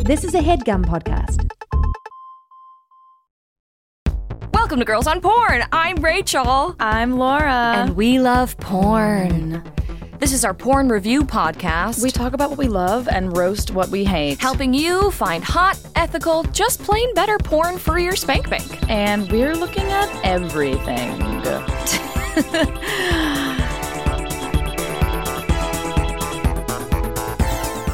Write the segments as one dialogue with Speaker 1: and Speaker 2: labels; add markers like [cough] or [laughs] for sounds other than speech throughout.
Speaker 1: This is a headgum podcast.
Speaker 2: Welcome to Girls on Porn. I'm Rachel.
Speaker 3: I'm Laura.
Speaker 2: And we love porn. This is our porn review podcast.
Speaker 3: we talk about what we love and roast what we hate.
Speaker 2: helping you find hot, ethical, just plain better porn for your spank bank.
Speaker 3: And we're looking at everything. [laughs]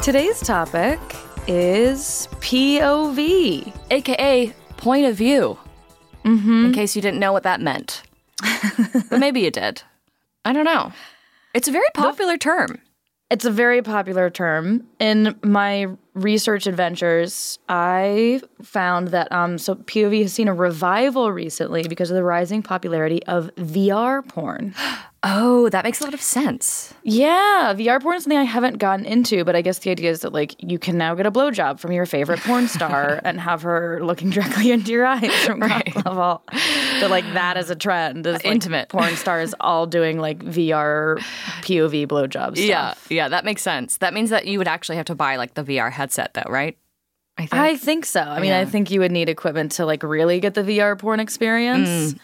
Speaker 3: Today's topic is POV.
Speaker 2: AKA point of view. Mm-hmm. In case you didn't know what that [laughs] meant. but maybe you did. I don't know. It's a very popular term.
Speaker 3: It's a very popular term. In my research adventures, I found that um, so POV has seen a revival recently because of the rising popularity of VR porn. [laughs]
Speaker 2: Oh, that makes a lot of sense.
Speaker 3: Yeah, VR porn is something I haven't gotten into, but I guess the idea is that like you can now get a blowjob from your favorite
Speaker 2: [laughs]
Speaker 3: porn star and have her looking directly [laughs] into your eyes from ground level. But like that is a trend. Is, like,
Speaker 2: Intimate.
Speaker 3: porn stars all doing like VR POV
Speaker 2: [laughs]
Speaker 3: blowjobs.
Speaker 2: Yeah, yeah, that makes sense. That means that you would actually have to buy like the VR headset though, right? I think.
Speaker 3: I think so. I mean, I think you would need equipment to like really get the VR porn experience.
Speaker 2: Mm,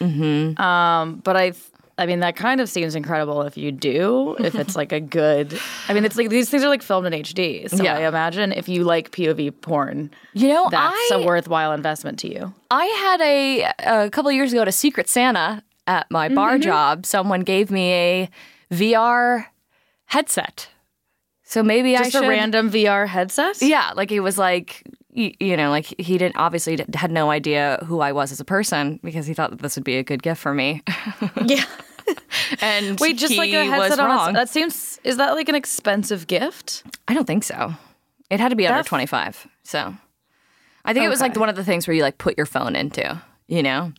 Speaker 2: mm-hmm.
Speaker 3: Um, but I, th- I mean, that kind of seems incredible if you do. If
Speaker 2: Mm-hmm.
Speaker 3: it's like a good, I mean, it's like these things are like filmed in HD. So
Speaker 2: Yeah.
Speaker 3: I imagine if you like POV porn,
Speaker 2: you know,
Speaker 3: that's
Speaker 2: I
Speaker 3: a worthwhile investment to you.
Speaker 2: I had a a couple of years ago at a Secret Santa at my bar job. Someone gave me a VR headset, so maybe I
Speaker 3: Just
Speaker 2: should.
Speaker 3: a random VR headset.
Speaker 2: yeah, [laughs] like it was like y- you know, like he didn't obviously d- had no idea who I was as a person because he thought that this would be a good gift for me. [laughs]
Speaker 3: Yeah.
Speaker 2: And
Speaker 3: Wait, just like a
Speaker 2: he was
Speaker 3: headset on
Speaker 2: wrong.
Speaker 3: its, that seems is that like an expensive gift?
Speaker 2: uh, I don't think so. It had to be under
Speaker 3: That's-
Speaker 2: 25. So I think it was like one of the things where you like put your phone into, you know?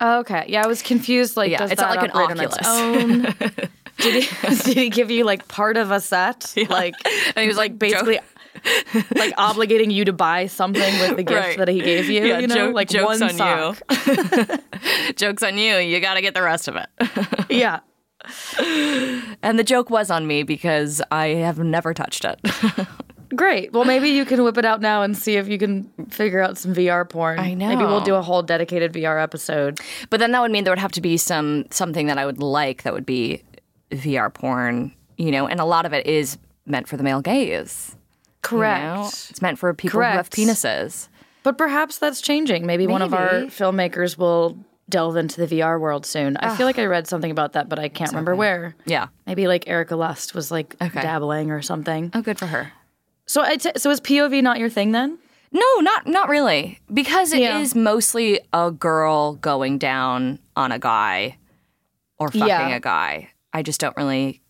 Speaker 3: Oh, Okay. Yeah, I was confused. Like,
Speaker 2: Yeah,
Speaker 3: does
Speaker 2: it's not like
Speaker 3: that
Speaker 2: an
Speaker 3: operate on its own?
Speaker 2: [laughs]
Speaker 3: did, he, [laughs] did he give you like part of a set? Like,
Speaker 2: And he was like,
Speaker 3: basically,
Speaker 2: [laughs]
Speaker 3: like obligating you to buy something with the gift
Speaker 2: Right.
Speaker 3: that he gave you.
Speaker 2: Yeah,
Speaker 3: you know,
Speaker 2: joke-
Speaker 3: like
Speaker 2: jokes on
Speaker 3: one sock.
Speaker 2: [laughs] you. Joke's on you. You got to get the rest of it.
Speaker 3: yeah.
Speaker 2: And the joke was on me because I have never touched it. [laughs]
Speaker 3: Great. Well, maybe you can whip it out now and see if you can figure out some VR porn.
Speaker 2: I
Speaker 3: Maybe we'll
Speaker 2: know.
Speaker 3: do a whole dedicated VR episode.
Speaker 2: but then that would mean there would have to be some something that I would like that would be VR porn, you know, and a lot of it is meant for the male gaze. you
Speaker 3: Correct.
Speaker 2: know? It's meant for people
Speaker 3: Correct.
Speaker 2: who have penises.
Speaker 3: But perhaps that's changing. Maybe, one of our
Speaker 2: Maybe.
Speaker 3: filmmakers will delve into the VR world soon. I feel like I read something about that, but I can't remember where.
Speaker 2: Yeah.
Speaker 3: Maybe like Erica Lust was like
Speaker 2: Okay.
Speaker 3: dabbling or something.
Speaker 2: Oh, good for her.
Speaker 3: So I t- so is POV not your thing then?
Speaker 2: No, not not really, because it is
Speaker 3: Yeah.
Speaker 2: mostly a girl going down on a guy or fucking
Speaker 3: Yeah.
Speaker 2: a guy. I just don't really.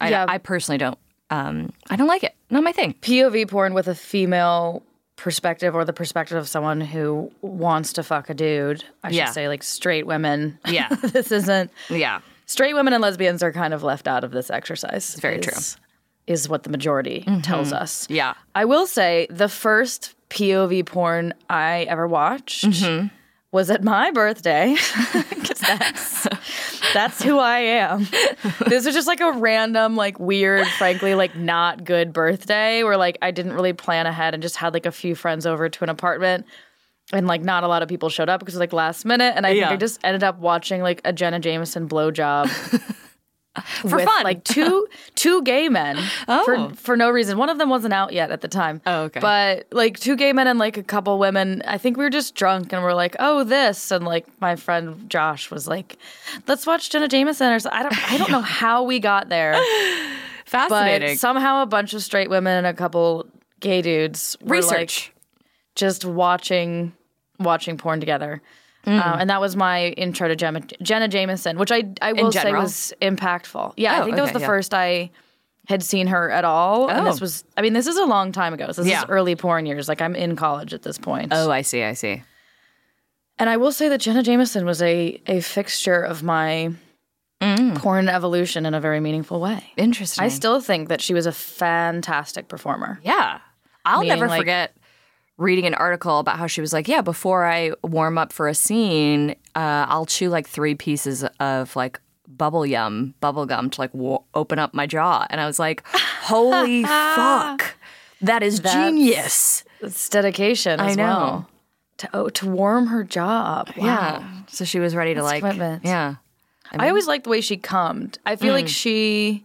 Speaker 2: I,
Speaker 3: Yeah.
Speaker 2: I personally don't. Um, I don't like it. Not my thing.
Speaker 3: POV porn with a female perspective or the perspective of someone who wants to fuck a dude. I should
Speaker 2: Yeah.
Speaker 3: say like straight women.
Speaker 2: Yeah.
Speaker 3: [laughs] this isn't
Speaker 2: [laughs] Yeah,
Speaker 3: straight women and lesbians are kind of left out of this exercise. It's
Speaker 2: very
Speaker 3: true. Mm-hmm. Is what the majority tells us.
Speaker 2: yeah.
Speaker 3: I will say the first POV porn I ever watched was at my birthday. [laughs] 'Cause that's, that's who I am. This was just like a random, like weird, frankly, like not good birthday where like I didn't really plan ahead and just had like a few friends over to an apartment. And like not a lot of people showed up because it was like last minute, and I
Speaker 2: Yeah.
Speaker 3: think I just ended up watching like a Jenna Jameson [laughs] blowjob
Speaker 2: For
Speaker 3: with,
Speaker 2: fun. [laughs]
Speaker 3: Like two two gay men
Speaker 2: Oh.
Speaker 3: for for no reason. One of them wasn't out yet at the time.
Speaker 2: Oh, okay.
Speaker 3: But like two gay men and like a couple women. I think we were just drunk and we're like, oh, this. And like my friend Josh was like, let's watch Jenna Jameson or so. I don't I
Speaker 2: [laughs]
Speaker 3: don't know how we got there,
Speaker 2: Fascinating
Speaker 3: but somehow a bunch of straight women and a couple gay dudes were like
Speaker 2: research.
Speaker 3: just watching watching porn together.
Speaker 2: Mm.
Speaker 3: Um, and that was my intro to Gemma, Jenna Jameson, which I I will say
Speaker 2: general?
Speaker 3: was impactful.
Speaker 2: Oh,
Speaker 3: Yeah, I think that was
Speaker 2: okay,
Speaker 3: the
Speaker 2: yeah.
Speaker 3: first I had seen her at all. And
Speaker 2: Oh.
Speaker 3: this was I mean, this is a long time ago. So this
Speaker 2: Yeah.
Speaker 3: is early porn years. Like I'm in college at this point.
Speaker 2: oh, I see. I see.
Speaker 3: And I will say that Jenna Jameson was a a fixture of my
Speaker 2: Mm.
Speaker 3: porn evolution in a very meaningful way.
Speaker 2: Interesting.
Speaker 3: I still think that she was a fantastic performer.
Speaker 2: Yeah. I'll
Speaker 3: Meaning,
Speaker 2: never
Speaker 3: like-
Speaker 2: forget reading an article about how she was like, yeah, before I warm up for a scene, uh, I'll chew like three pieces of like bubble yum, bubble gum to like w- open
Speaker 3: [laughs]
Speaker 2: up my jaw. And I was like, holy fuck. That is genius.
Speaker 3: It's dedication.
Speaker 2: I
Speaker 3: as
Speaker 2: know.
Speaker 3: well. To oh, to warm her jaw up. Wow.
Speaker 2: Yeah. So she was ready to like
Speaker 3: commitment.
Speaker 2: Yeah.
Speaker 3: I, always liked the way she cummed. I feel like she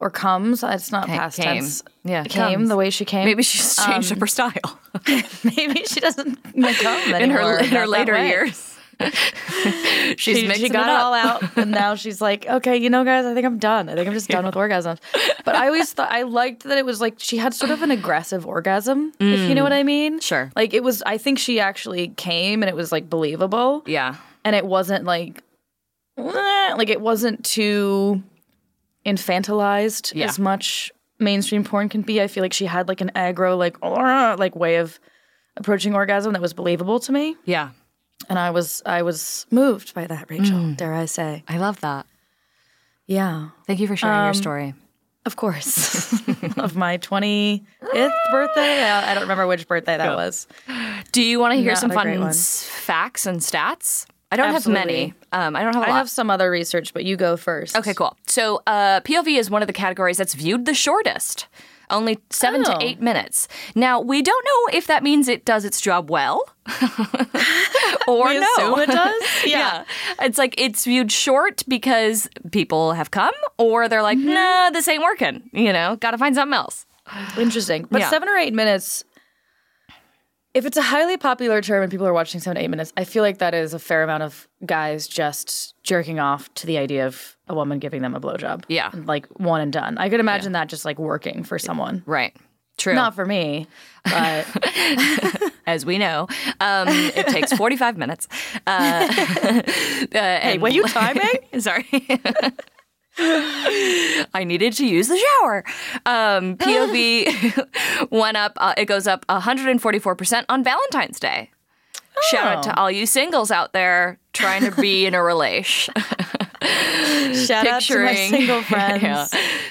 Speaker 3: or comes. It's not past
Speaker 2: Mm. came.
Speaker 3: tense.
Speaker 2: Yeah,
Speaker 3: came
Speaker 2: comes.
Speaker 3: the way she came. [laughs]
Speaker 2: Maybe she's changed
Speaker 3: Um,
Speaker 2: up her style
Speaker 3: maybe she [laughs] doesn't come
Speaker 2: in her
Speaker 3: anymore,
Speaker 2: in her
Speaker 3: not that
Speaker 2: later
Speaker 3: way.
Speaker 2: years. [laughs] she's
Speaker 3: She,
Speaker 2: mixing
Speaker 3: she got
Speaker 2: it
Speaker 3: it,
Speaker 2: up.
Speaker 3: all
Speaker 2: [laughs]
Speaker 3: out, and now she's like, "Okay, you know, guys, I think I'm done. I think I'm just done with orgasms." But I always thought I liked that it was like she had sort of an aggressive orgasm, if you know what I mean.
Speaker 2: Mm. Sure.
Speaker 3: Like it was. I think she actually came, and it was like believable.
Speaker 2: Yeah.
Speaker 3: and it wasn't like "Eh," like it wasn't too infantilized
Speaker 2: Yeah.
Speaker 3: as much mainstream porn can be. I feel like she had like an aggro like "Argh," like way of approaching orgasm that was believable to me,
Speaker 2: Yeah.
Speaker 3: and I was I was moved by that, Rachel.
Speaker 2: Mm.
Speaker 3: Dare I say?
Speaker 2: I love that.
Speaker 3: Yeah,
Speaker 2: Thank you for sharing your story.
Speaker 3: of course. [laughs] of my twentieth birthday, I I don't remember which birthday that was.
Speaker 2: Do you want to hear
Speaker 3: Not
Speaker 2: some
Speaker 3: a
Speaker 2: fun
Speaker 3: great one.
Speaker 2: s- facts and stats? I don't have many.
Speaker 3: Absolutely.
Speaker 2: Um, I don't have a
Speaker 3: I
Speaker 2: lot.
Speaker 3: have some other research, but you go first.
Speaker 2: Okay, cool. So uh, POV is one of the categories that's viewed the shortest, only seven
Speaker 3: Oh.
Speaker 2: to eight minutes. Now we don't know if that means it does its job
Speaker 3: [laughs]
Speaker 2: well, or
Speaker 3: We
Speaker 2: no.
Speaker 3: assume [laughs] it does.
Speaker 2: [laughs] Yeah. it's like it's viewed short because people have come, or they're
Speaker 3: Mm-hmm.
Speaker 2: like, nah, this ain't working. You know, got to find something else.
Speaker 3: Interesting. But
Speaker 2: Yeah.
Speaker 3: seven or eight minutes, if it's a highly popular term and people are watching seven to eight minutes, I feel like that is a fair amount of guys just jerking off to the idea of a woman giving them a blowjob.
Speaker 2: Yeah.
Speaker 3: Like one and done. I could imagine that just like working for someone.
Speaker 2: Right. True.
Speaker 3: Not for me,
Speaker 2: [laughs]
Speaker 3: but
Speaker 2: As we know, um, it
Speaker 3: [laughs]
Speaker 2: takes 45 minutes. Uh, [laughs] uh, and-
Speaker 3: were
Speaker 2: [laughs]
Speaker 3: you timing?
Speaker 2: Sorry. I needed to use the shower. Um,
Speaker 3: [laughs]
Speaker 2: POV [laughs] went up, uh, it goes up 144% on Valentine's Day. Shout out
Speaker 3: Oh.
Speaker 2: to all you singles out there trying to be
Speaker 3: [laughs]
Speaker 2: in a relation.
Speaker 3: shout out to my
Speaker 2: Picturing-
Speaker 3: single
Speaker 2: [laughs]
Speaker 3: friends
Speaker 2: Yeah.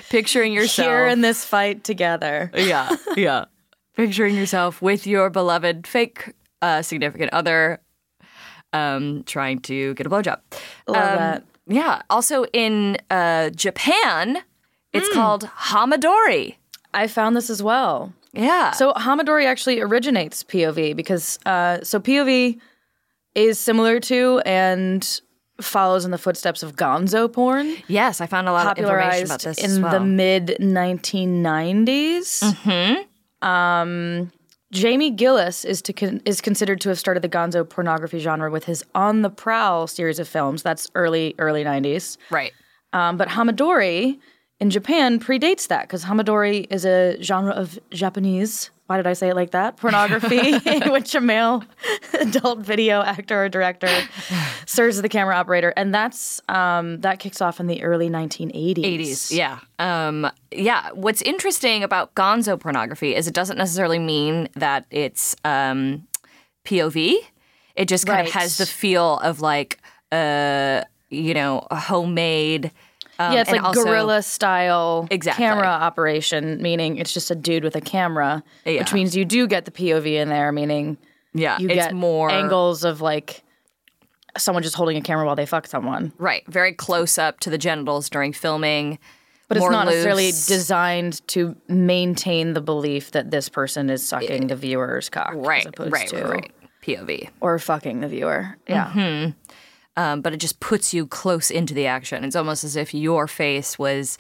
Speaker 2: Picturing yourself.
Speaker 3: here in this fight together.
Speaker 2: yeah, yeah. Picturing yourself with your beloved fake uh, significant other um, trying to get a blowjob.
Speaker 3: Love
Speaker 2: Um,
Speaker 3: that.
Speaker 2: Yeah. Also in uh, Japan,
Speaker 3: Mm.
Speaker 2: it's called Hamadori.
Speaker 3: I found this as well.
Speaker 2: Yeah.
Speaker 3: So Hamadori actually originates POV because uh, so POV is similar to and follows in the footsteps of gonzo porn,
Speaker 2: yes, I found a lot of information about
Speaker 3: popularized
Speaker 2: this as
Speaker 3: in the
Speaker 2: well.
Speaker 3: mid 1990s. Mm-hmm. Um, Jamie Gillis is to con- is considered to have started the gonzo pornography genre with his On the Prowl series of films. That's early early 90s.
Speaker 2: right.
Speaker 3: Um, but Hamadori in Japan predates that because Hamadori is a genre of Japanese. Why did I say it like that? Pornography,
Speaker 2: [laughs]
Speaker 3: [laughs] in which a male [laughs] adult video actor or director serves as the camera operator, and that's um, that kicks off in the early 1980s.
Speaker 2: 80s. Yeah. Um, yeah. What's interesting about gonzo pornography is it doesn't necessarily mean that it's um, POV. It just kind of
Speaker 3: Right.
Speaker 2: has the feel of like, uh, you know, a homemade. Um,
Speaker 3: yeah, it's
Speaker 2: and
Speaker 3: like
Speaker 2: also-
Speaker 3: guerrilla style
Speaker 2: Exactly.
Speaker 3: camera operation, meaning it's just a dude with a camera,
Speaker 2: Yeah.
Speaker 3: which means you do get the POV in there, meaning
Speaker 2: Yeah,
Speaker 3: you
Speaker 2: it's
Speaker 3: get
Speaker 2: more
Speaker 3: angles of like someone just holding a camera while they fuck someone.
Speaker 2: right, very close up to the genitals during filming.
Speaker 3: But
Speaker 2: more
Speaker 3: it's not necessarily
Speaker 2: loose.
Speaker 3: designed to maintain the belief that this person is sucking the viewer's cock,
Speaker 2: Eh, right,
Speaker 3: As opposed
Speaker 2: right,
Speaker 3: to,
Speaker 2: right. Mm-hmm. POV.
Speaker 3: or fucking the viewer. Yeah,
Speaker 2: um, but it just puts you close into the action. It's almost as if your face was,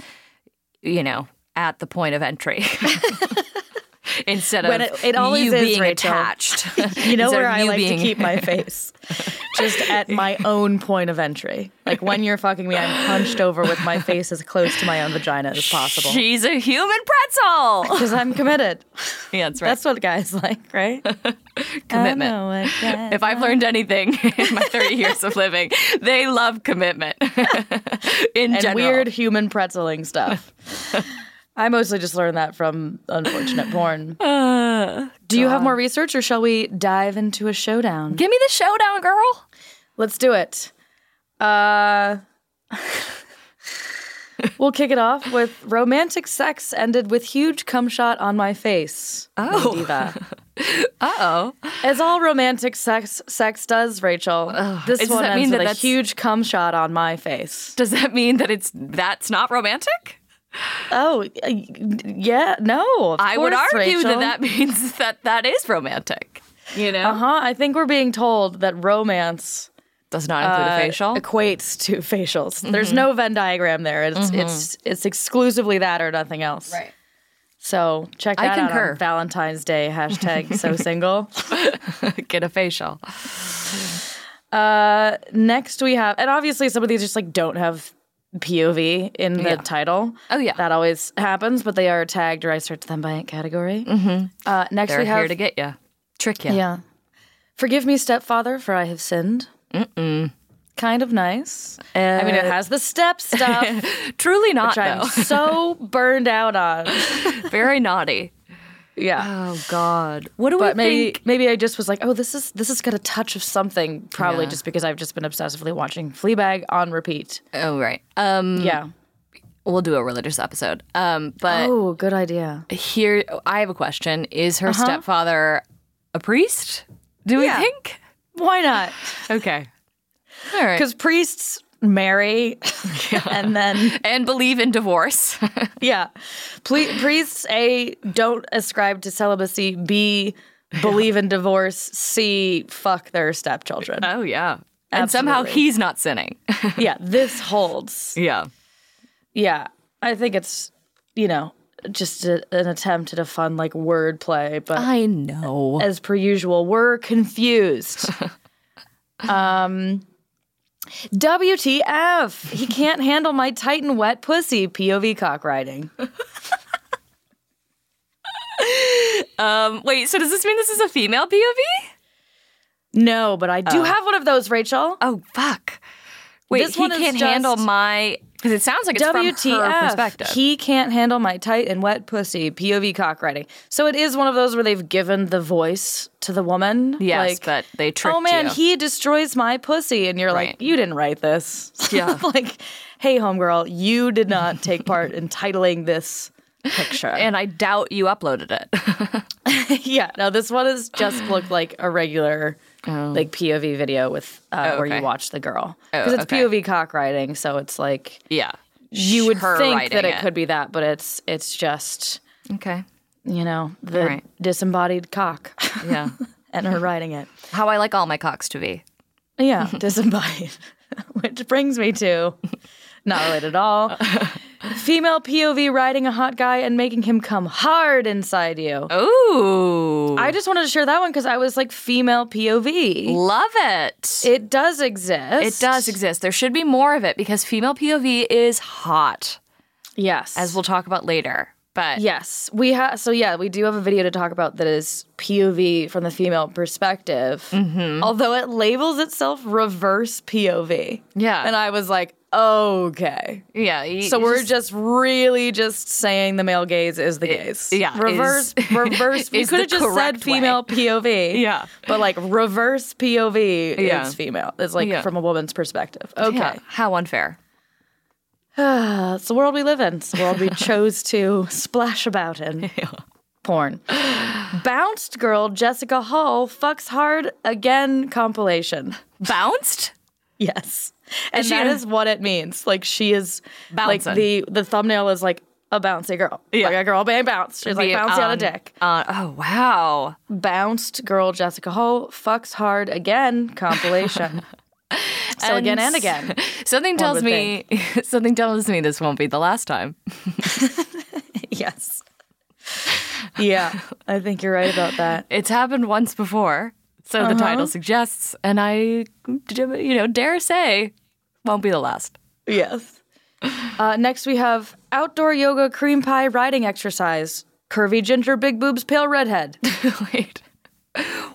Speaker 2: you know, at the point of entry. [laughs] Instead of
Speaker 3: When it- it always
Speaker 2: you
Speaker 3: is,
Speaker 2: being
Speaker 3: Rachel.
Speaker 2: attached.
Speaker 3: [laughs] you know
Speaker 2: Instead
Speaker 3: where
Speaker 2: of
Speaker 3: I
Speaker 2: you
Speaker 3: like
Speaker 2: being-
Speaker 3: to keep
Speaker 2: [laughs]
Speaker 3: my face, just at my own point of entry. Like when you're fucking me, I'm hunched over with my face as close to my own vagina as possible
Speaker 2: She's a human pretzel.
Speaker 3: because I'm committed.
Speaker 2: [laughs] yeah, that's right.
Speaker 3: That's what guys [laughs] like, right?
Speaker 2: commitment.
Speaker 3: I know what guys
Speaker 2: If I've learned anything [laughs] in my 30 years of living, they love commitment [laughs] in
Speaker 3: and
Speaker 2: general.
Speaker 3: weird human pretzeling stuff. [laughs] I mostly just learned that from unfortunate porn. [laughs] Uh, do you have more research or shall we dive into a showdown?
Speaker 2: Give me the showdown, girl.
Speaker 3: Let's do it. Uh, [laughs] we'll kick it off with romantic sex ended with huge cum shot on my face. Oh.
Speaker 2: Uh oh.
Speaker 3: As all romantic sex sex does, Rachel, this
Speaker 2: does
Speaker 3: one
Speaker 2: that
Speaker 3: ends
Speaker 2: mean that
Speaker 3: with a
Speaker 2: that's-
Speaker 3: huge cum shot on my face.
Speaker 2: Does that mean that it's that's not romantic?
Speaker 3: Oh, y- y- yeah. No, of
Speaker 2: I would
Speaker 3: course,
Speaker 2: argue
Speaker 3: Rachel.
Speaker 2: that that [laughs] means that that is romantic. You know,
Speaker 3: Huh? Uh-huh. I think we're being told that romance
Speaker 2: does not include
Speaker 3: uh,
Speaker 2: a facial. Mm-hmm.
Speaker 3: equates to [laughs] facials. There's no Venn diagram there. It's it's it's exclusively that or nothing else. So check
Speaker 2: I
Speaker 3: that out
Speaker 2: concur.
Speaker 3: on Valentine's
Speaker 2: [laughs]
Speaker 3: Day hashtag so single.
Speaker 2: Get a facial.
Speaker 3: Uh, next we have, and obviously some of these just like don't have POV in the
Speaker 2: Yeah.
Speaker 3: title.
Speaker 2: Oh, yeah.
Speaker 3: that always happens, but they are tagged or I search them by category. Mm-hmm. Uh, next
Speaker 2: They're
Speaker 3: we have
Speaker 2: here to get you, trick you.
Speaker 3: Yeah. Forgive me, stepfather, for I have sinned. Mm-mm. Kind of nice. I mean, it has the step [laughs] stuff,
Speaker 2: uh, Truly not
Speaker 3: Uh, which I'm [laughs]
Speaker 2: though.
Speaker 3: so burned out on.
Speaker 2: [laughs] Very naughty.
Speaker 3: Yeah.
Speaker 2: Oh God. What do
Speaker 3: But
Speaker 2: we
Speaker 3: maybe
Speaker 2: think?
Speaker 3: maybe I just was like, oh, this is this has got a touch of something, probably
Speaker 2: Yeah.
Speaker 3: just because I've just been obsessively watching Fleabag on repeat.
Speaker 2: Oh right. Um,
Speaker 3: Yeah.
Speaker 2: we'll do a religious episode. Um, but
Speaker 3: Oh, good idea.
Speaker 2: here I have a question: Is her stepfather a priest? Do we
Speaker 3: Yeah.
Speaker 2: think?
Speaker 3: Why [laughs] not?
Speaker 2: Okay. All right.
Speaker 3: Because priests [laughs] marry and then
Speaker 2: and believe in divorce. [laughs]
Speaker 3: yeah Ple- priests a don't ascribe to celibacy b believe in divorce c fuck their stepchildren
Speaker 2: oh yeah. And somehow
Speaker 3: Absolutely.
Speaker 2: he's not sinning. [laughs]
Speaker 3: yeah this [laughs] holds
Speaker 2: yeah.
Speaker 3: yeah i think it's you know just a, an attempt at a fun like word play but
Speaker 2: I know.
Speaker 3: as per usual, we're confused. um, WTF? He can't handle my Titan wet pussy. POV cock riding.
Speaker 2: Um, wait, so does this mean this is a female POV?
Speaker 3: No, but I do have one of those, Rachel.
Speaker 2: Oh fuck. Wait,
Speaker 3: This
Speaker 2: he
Speaker 3: one is
Speaker 2: can't handle
Speaker 3: just-
Speaker 2: my because it sounds like it's from her perspective.
Speaker 3: WTF? He can't handle my Titan wet pussy. POV cock riding. So it is one of those where they've given the voice to the woman.
Speaker 2: yes,
Speaker 3: like,
Speaker 2: but they tricked
Speaker 3: Oh man,
Speaker 2: you.
Speaker 3: he destroys my pussy, and you're
Speaker 2: Right.
Speaker 3: like, you didn't write this. [laughs]
Speaker 2: Yeah.
Speaker 3: like, hey, homegirl, you did not take part in titling this picture.
Speaker 2: and I doubt you uploaded it. [laughs]
Speaker 3: [laughs] yeah, no, this one is just looked like a regular like POV video with uh,
Speaker 2: Oh,
Speaker 3: where
Speaker 2: okay.
Speaker 3: you watch the girl
Speaker 2: Oh,
Speaker 3: because it's
Speaker 2: okay.
Speaker 3: POV cock riding, so it's like
Speaker 2: yeah.
Speaker 3: you would
Speaker 2: Her
Speaker 3: think
Speaker 2: writing
Speaker 3: that it, could be that, but it's it's just
Speaker 2: Okay.
Speaker 3: you know the
Speaker 2: Right.
Speaker 3: disembodied cock
Speaker 2: Yeah.
Speaker 3: and her riding it.
Speaker 2: [laughs] How I like all my cocks to be.
Speaker 3: Yeah, disembodied. [laughs] Which brings me to not related at all. Female POV riding a hot guy and making him come hard inside you.
Speaker 2: Oh. Ooh.
Speaker 3: I just wanted to share that one because I was like, female POV.
Speaker 2: love it. it.
Speaker 3: It does exist.
Speaker 2: does exist. There should be more of it because female POV is hot,
Speaker 3: Yes.
Speaker 2: as we'll talk about later. But
Speaker 3: Yes. We have so yeah, we do have a video to talk about that is POV from the female perspective.
Speaker 2: Mm-hmm.
Speaker 3: Although it labels itself reverse POV.
Speaker 2: Yeah.
Speaker 3: And I was like, okay.
Speaker 2: yeah, you-
Speaker 3: So
Speaker 2: you
Speaker 3: we're just, really just saying the male gaze is the gaze.
Speaker 2: yeah, [laughs]
Speaker 3: Reverse
Speaker 2: is-
Speaker 3: reverse we
Speaker 2: is
Speaker 3: could have
Speaker 2: the
Speaker 3: just said
Speaker 2: correct way.
Speaker 3: female POV.
Speaker 2: Yeah.
Speaker 3: But like reverse POV
Speaker 2: Yeah.
Speaker 3: is female. It's like
Speaker 2: Yeah.
Speaker 3: from a woman's perspective. Okay.
Speaker 2: yeah, how unfair.
Speaker 3: That's the world we live in. Ah, It's the [laughs] world we chose to splash about [laughs] in. Porn. Bounced girl Jessica Hall fucks hard again compilation.
Speaker 2: Bounced?
Speaker 3: Yes. And
Speaker 2: she
Speaker 3: that
Speaker 2: a-
Speaker 3: is what it means. Like she is
Speaker 2: Bouncing.
Speaker 3: like the the thumbnail is like a bouncy girl.
Speaker 2: Yeah.
Speaker 3: Like a girl being bounced. She's like
Speaker 2: Be-
Speaker 3: bouncy on a
Speaker 2: um,
Speaker 3: dick.
Speaker 2: Uh, oh wow.
Speaker 3: Bounced girl Jessica Hall fucks hard again [laughs] compilation. so again and again.
Speaker 2: [laughs] Something tells
Speaker 3: would
Speaker 2: me [laughs] something tells me this won't be the last time.
Speaker 3: [laughs] yes. Yeah. I think you're right about that.
Speaker 2: It's happened once before, so
Speaker 3: Uh-huh.
Speaker 2: the title suggests, and I, you know, dare say, won't be the last. [laughs]
Speaker 3: Yes. Uh, next, we have outdoor yoga, cream pie, riding exercise, curvy ginger, big boobs,
Speaker 2: [laughs]
Speaker 3: pale redhead.
Speaker 2: Wait.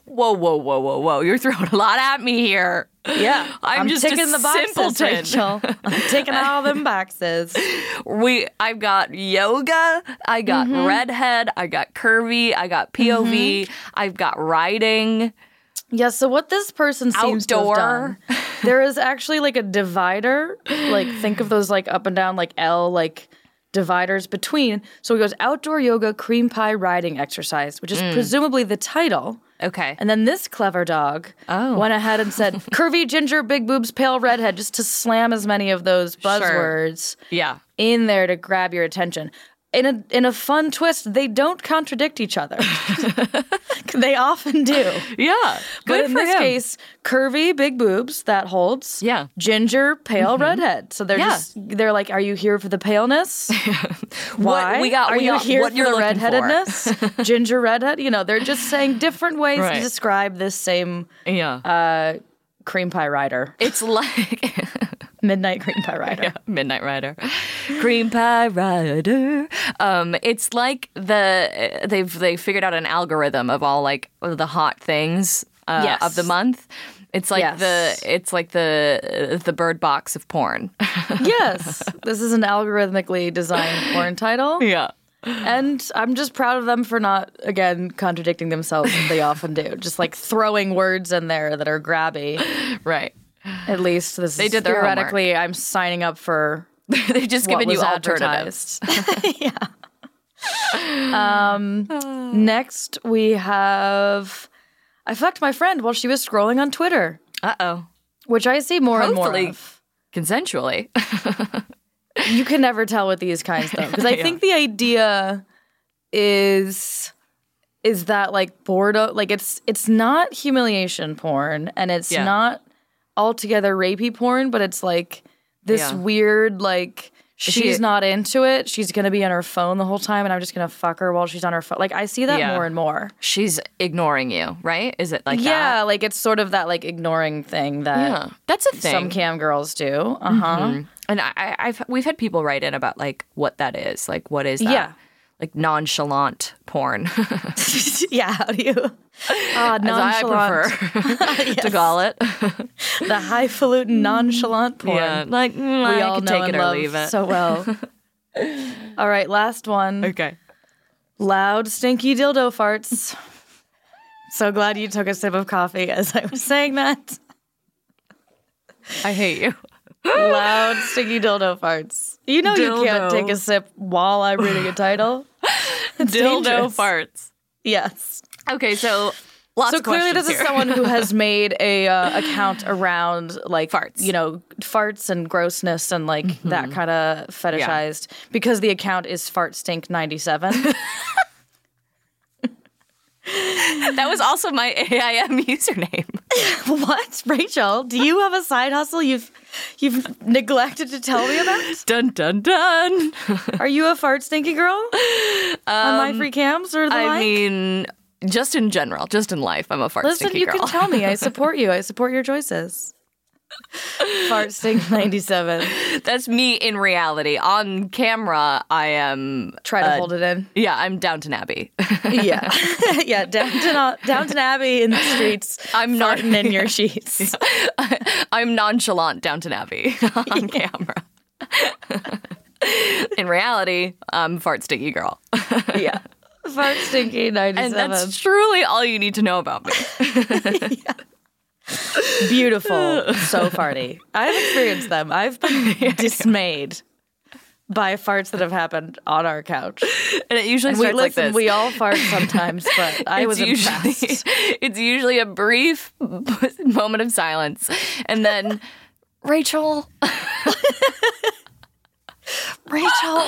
Speaker 2: Whoa, whoa, whoa, whoa, whoa! You're throwing a lot at me here.
Speaker 3: [laughs] Yeah,
Speaker 2: I'm just a
Speaker 3: ticking the boxes,
Speaker 2: simpleton. [laughs]
Speaker 3: Rachel. I'm taking all them boxes.
Speaker 2: We, I've got yoga, I got
Speaker 3: Mm-hmm.
Speaker 2: redhead, I got curvy, I got POV,
Speaker 3: Mm-hmm.
Speaker 2: I've got riding.
Speaker 3: Yeah. So what this person seems to have
Speaker 2: Outdoor.
Speaker 3: done, there is actually like a divider. Like think of those like up and down, like L, like dividers between. So he goes outdoor yoga, cream pie riding exercise, which is
Speaker 2: Mm.
Speaker 3: presumably the title.
Speaker 2: Okay.
Speaker 3: And then this clever dog
Speaker 2: Oh.
Speaker 3: went ahead and said curvy ginger, big boobs, pale redhead, just to slam as many of those buzzwords
Speaker 2: yeah.
Speaker 3: in there to grab your attention. In a in a fun twist, they don't contradict each other. [laughs] they often do.
Speaker 2: Yeah.
Speaker 3: But
Speaker 2: Good
Speaker 3: in
Speaker 2: for
Speaker 3: this
Speaker 2: him.
Speaker 3: case, curvy, big boobs, that holds.
Speaker 2: Yeah. Mm-hmm.
Speaker 3: Ginger, pale redhead. So they're
Speaker 2: Yeah.
Speaker 3: just they're like, Are you here for the paleness?
Speaker 2: [laughs]
Speaker 3: Why?
Speaker 2: What we got,
Speaker 3: Are
Speaker 2: we
Speaker 3: you
Speaker 2: got
Speaker 3: here
Speaker 2: what
Speaker 3: for
Speaker 2: you're
Speaker 3: the
Speaker 2: looking for. [laughs]
Speaker 3: redheadedness? Ginger redhead? You know, they're just saying different ways to
Speaker 2: Right.
Speaker 3: describe this same
Speaker 2: Yeah.
Speaker 3: uh, cream pie rider.
Speaker 2: it's
Speaker 3: [laughs]
Speaker 2: like
Speaker 3: Midnight cream
Speaker 2: [laughs]
Speaker 3: pie rider.
Speaker 2: Midnight Rider, Cream Pie Rider. Um, it's like the they've they figured out an algorithm of all like the hot things uh,
Speaker 3: Yes.
Speaker 2: of the month. It's like
Speaker 3: Yes.
Speaker 2: the it's like the the bird box of porn. [laughs]
Speaker 3: yes. This is an
Speaker 2: [laughs]
Speaker 3: algorithmically designed porn title.
Speaker 2: yeah.
Speaker 3: And I'm just proud of them for not, again, contradicting themselves as they often do. Just like throwing words in there that are grabby.
Speaker 2: Right. [laughs]
Speaker 3: At least this they is
Speaker 2: did their
Speaker 3: theoretically. I'm signing up for
Speaker 2: They've just
Speaker 3: what
Speaker 2: given you
Speaker 3: was
Speaker 2: alternatives.
Speaker 3: advertised. [laughs] yeah. Um, next we have. I fucked my friend while she was scrolling on Twitter,
Speaker 2: Uh oh.
Speaker 3: which I see more and
Speaker 2: Hopefully.
Speaker 3: more. Of.
Speaker 2: Consensually. [laughs]
Speaker 3: You can never tell with these kinds though,
Speaker 2: [laughs]
Speaker 3: because I think the idea is is that like boredom, like it's it's not humiliation porn, and it's
Speaker 2: Yeah.
Speaker 3: not altogether rapey porn, but it's like this
Speaker 2: Yeah.
Speaker 3: weird like she's
Speaker 2: she-
Speaker 3: not into it. She's gonna be on her phone the whole time, and I'm just gonna fuck her while she's on her phone. Like I see that
Speaker 2: Yeah.
Speaker 3: more and more.
Speaker 2: She's ignoring you, right? Is it like
Speaker 3: Yeah,
Speaker 2: that?
Speaker 3: like it's sort of that like ignoring thing
Speaker 2: Yeah. Mm-hmm.
Speaker 3: that
Speaker 2: That's a thing.
Speaker 3: some cam girls do. Uh huh.
Speaker 2: And I, I, I've we've had people write in about like what that is, like what is that?
Speaker 3: Yeah.
Speaker 2: Like nonchalant porn,
Speaker 3: [laughs]
Speaker 2: [laughs]
Speaker 3: yeah, how do you? Uh,
Speaker 2: as I
Speaker 3: [laughs]
Speaker 2: prefer [laughs] to call it.
Speaker 3: the highfalutin nonchalant porn.
Speaker 2: Mm. Yeah, like mm,
Speaker 3: we
Speaker 2: I
Speaker 3: all
Speaker 2: can
Speaker 3: know
Speaker 2: take
Speaker 3: and
Speaker 2: it or
Speaker 3: love
Speaker 2: leave it. [laughs]
Speaker 3: so well. all right, last one.
Speaker 2: okay,
Speaker 3: Loud, stinky dildo farts. So glad you took a sip of coffee as I was saying that.
Speaker 2: I hate you.
Speaker 3: Loud, stinky dildo farts. You know you
Speaker 2: Dildo.
Speaker 3: can't take a sip while I'm reading
Speaker 2: [laughs]
Speaker 3: a title. [laughs] It's dangerous.
Speaker 2: farts.
Speaker 3: Yes.
Speaker 2: Okay, so lots
Speaker 3: So
Speaker 2: of
Speaker 3: clearly,
Speaker 2: questions
Speaker 3: this is
Speaker 2: here.
Speaker 3: someone
Speaker 2: [laughs]
Speaker 3: who has made a uh, account around like
Speaker 2: Farts. Mm-hmm.
Speaker 3: you know, farts and grossness and like that kind of fetishized because the account is fart stink ninety seven.
Speaker 2: [laughs] that was also my [laughs] AIM
Speaker 3: [laughs]
Speaker 2: username.
Speaker 3: what, Rachel? Do you have a side hustle you've you've neglected to tell me about?
Speaker 2: dun dun dun.
Speaker 3: Are you a fart stinky girl on my free cams or the
Speaker 2: [laughs] Um, I
Speaker 3: like?
Speaker 2: mean, just in general, just in life, I'm a fart
Speaker 3: Listen,
Speaker 2: stinky
Speaker 3: you
Speaker 2: girl.
Speaker 3: can tell me. I support you. I support your choices. Fart stink ninety seven.
Speaker 2: [laughs] That's me in reality. On camera, I am.
Speaker 3: Try to hold it in.
Speaker 2: Yeah, I'm Downton Abbey. [laughs]
Speaker 3: yeah, [laughs] yeah. Downton, Downton Abbey in the streets.
Speaker 2: I'm not-
Speaker 3: farting in
Speaker 2: [laughs]
Speaker 3: your sheets.
Speaker 2: I'm nonchalant Downton Abbey [laughs]
Speaker 3: [laughs]
Speaker 2: on camera. [laughs] In reality, I'm fart stinky girl.
Speaker 3: yeah, fart stinky
Speaker 2: And
Speaker 3: ninety-seven.
Speaker 2: that's truly all you need to know about
Speaker 3: [laughs]
Speaker 2: me. [laughs]
Speaker 3: beautiful. so farty. I've experienced them. I've been dismayed by farts that have happened on our couch.
Speaker 2: And it usually
Speaker 3: And we
Speaker 2: starts like
Speaker 3: listen.
Speaker 2: this.
Speaker 3: we all fart
Speaker 2: [laughs]
Speaker 3: sometimes, but I
Speaker 2: it's
Speaker 3: was
Speaker 2: usually [laughs]
Speaker 3: impressed.
Speaker 2: it's usually a brief [laughs] moment of silence, and then
Speaker 3: [laughs]
Speaker 2: [laughs] Rachel,
Speaker 3: Rachel.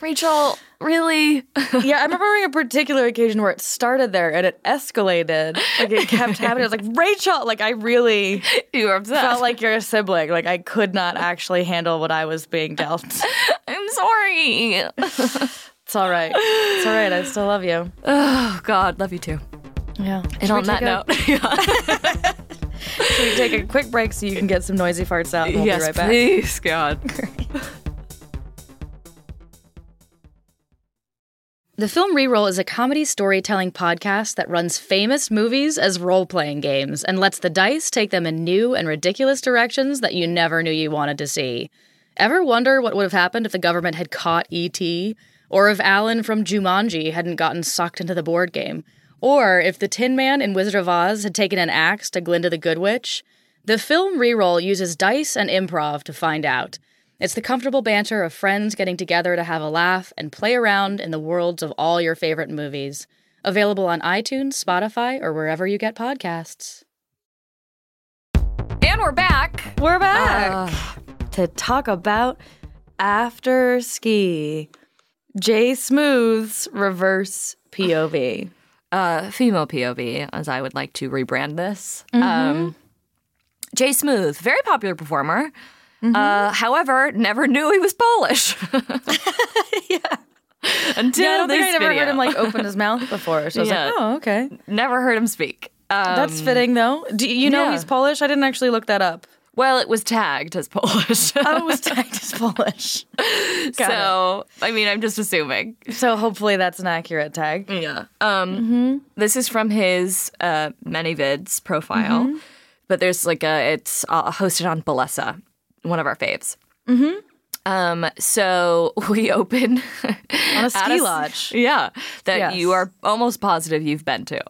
Speaker 2: Rachel, really?
Speaker 3: Yeah, I remember a particular occasion where it started there and it escalated. Like it kept happening. I was like, Rachel, like I really
Speaker 2: [laughs] You were upset.
Speaker 3: felt like you're a sibling. Like I could [laughs] not actually handle what I was being dealt.
Speaker 2: I'm sorry.
Speaker 3: It's all right. It's all right. I still love you.
Speaker 2: Oh God, love you too.
Speaker 3: Yeah.
Speaker 2: And on that note, yeah.
Speaker 3: we take a quick break so you can get some noisy farts out. And we'll
Speaker 2: yes,
Speaker 3: be right back.
Speaker 2: please, God.
Speaker 3: [laughs]
Speaker 4: The Film Reroll is a comedy storytelling podcast that runs famous movies as role playing games and lets the dice take them in new and ridiculous directions that you never knew you wanted to see. Ever wonder what would have happened if the government had caught E.T.? Or if Alan from Jumanji hadn't gotten sucked into the board game? Or if the Tin Man in Wizard of Oz had taken an axe to Glinda the Good Witch? The Film Reroll uses dice and improv to find out. It's the comfortable banter of friends getting together to have a laugh and play around in the worlds of all your favorite movies. Available on iTunes, Spotify, or wherever you get podcasts.
Speaker 2: And we're back.
Speaker 3: We're back Ah, to talk about after ski. Jay Smooth's reverse [laughs] POV.
Speaker 2: Uh, female POV, as I would like to rebrand this.
Speaker 3: Mm-hmm.
Speaker 2: Um, Jay Smooth, very popular performer.
Speaker 3: Mm-hmm.
Speaker 2: Uh, however, never knew he was
Speaker 3: [laughs]
Speaker 2: Polish. [laughs] yeah. Until
Speaker 3: Yeah, I don't
Speaker 2: this
Speaker 3: think I ever
Speaker 2: video.
Speaker 3: heard him like
Speaker 4: [laughs]
Speaker 3: open his mouth before. So I was
Speaker 2: Yeah.
Speaker 3: like, oh, okay.
Speaker 2: never heard him speak. Um,
Speaker 3: That's fitting though. Do you know
Speaker 2: yeah.
Speaker 3: he's Polish? I didn't actually look that up.
Speaker 2: well, it was tagged as Polish.
Speaker 3: [laughs] Oh, it was tagged
Speaker 4: [laughs]
Speaker 3: as Polish.
Speaker 2: [laughs]
Speaker 3: Got
Speaker 2: so, I mean, I'm just assuming.
Speaker 3: it. So hopefully that's an accurate tag.
Speaker 2: Yeah. Um,
Speaker 3: Mm-hmm.
Speaker 2: This is from his uh, many vids profile,
Speaker 3: Mm-hmm.
Speaker 2: but there's like a it's uh, hosted on Balesa, one of our faves. Mm-hmm. Um, so [laughs] we open
Speaker 3: On a
Speaker 2: at
Speaker 3: ski
Speaker 2: [laughs]
Speaker 3: lodge.
Speaker 2: Yeah, that
Speaker 3: Yes.
Speaker 2: you are almost positive you've been to.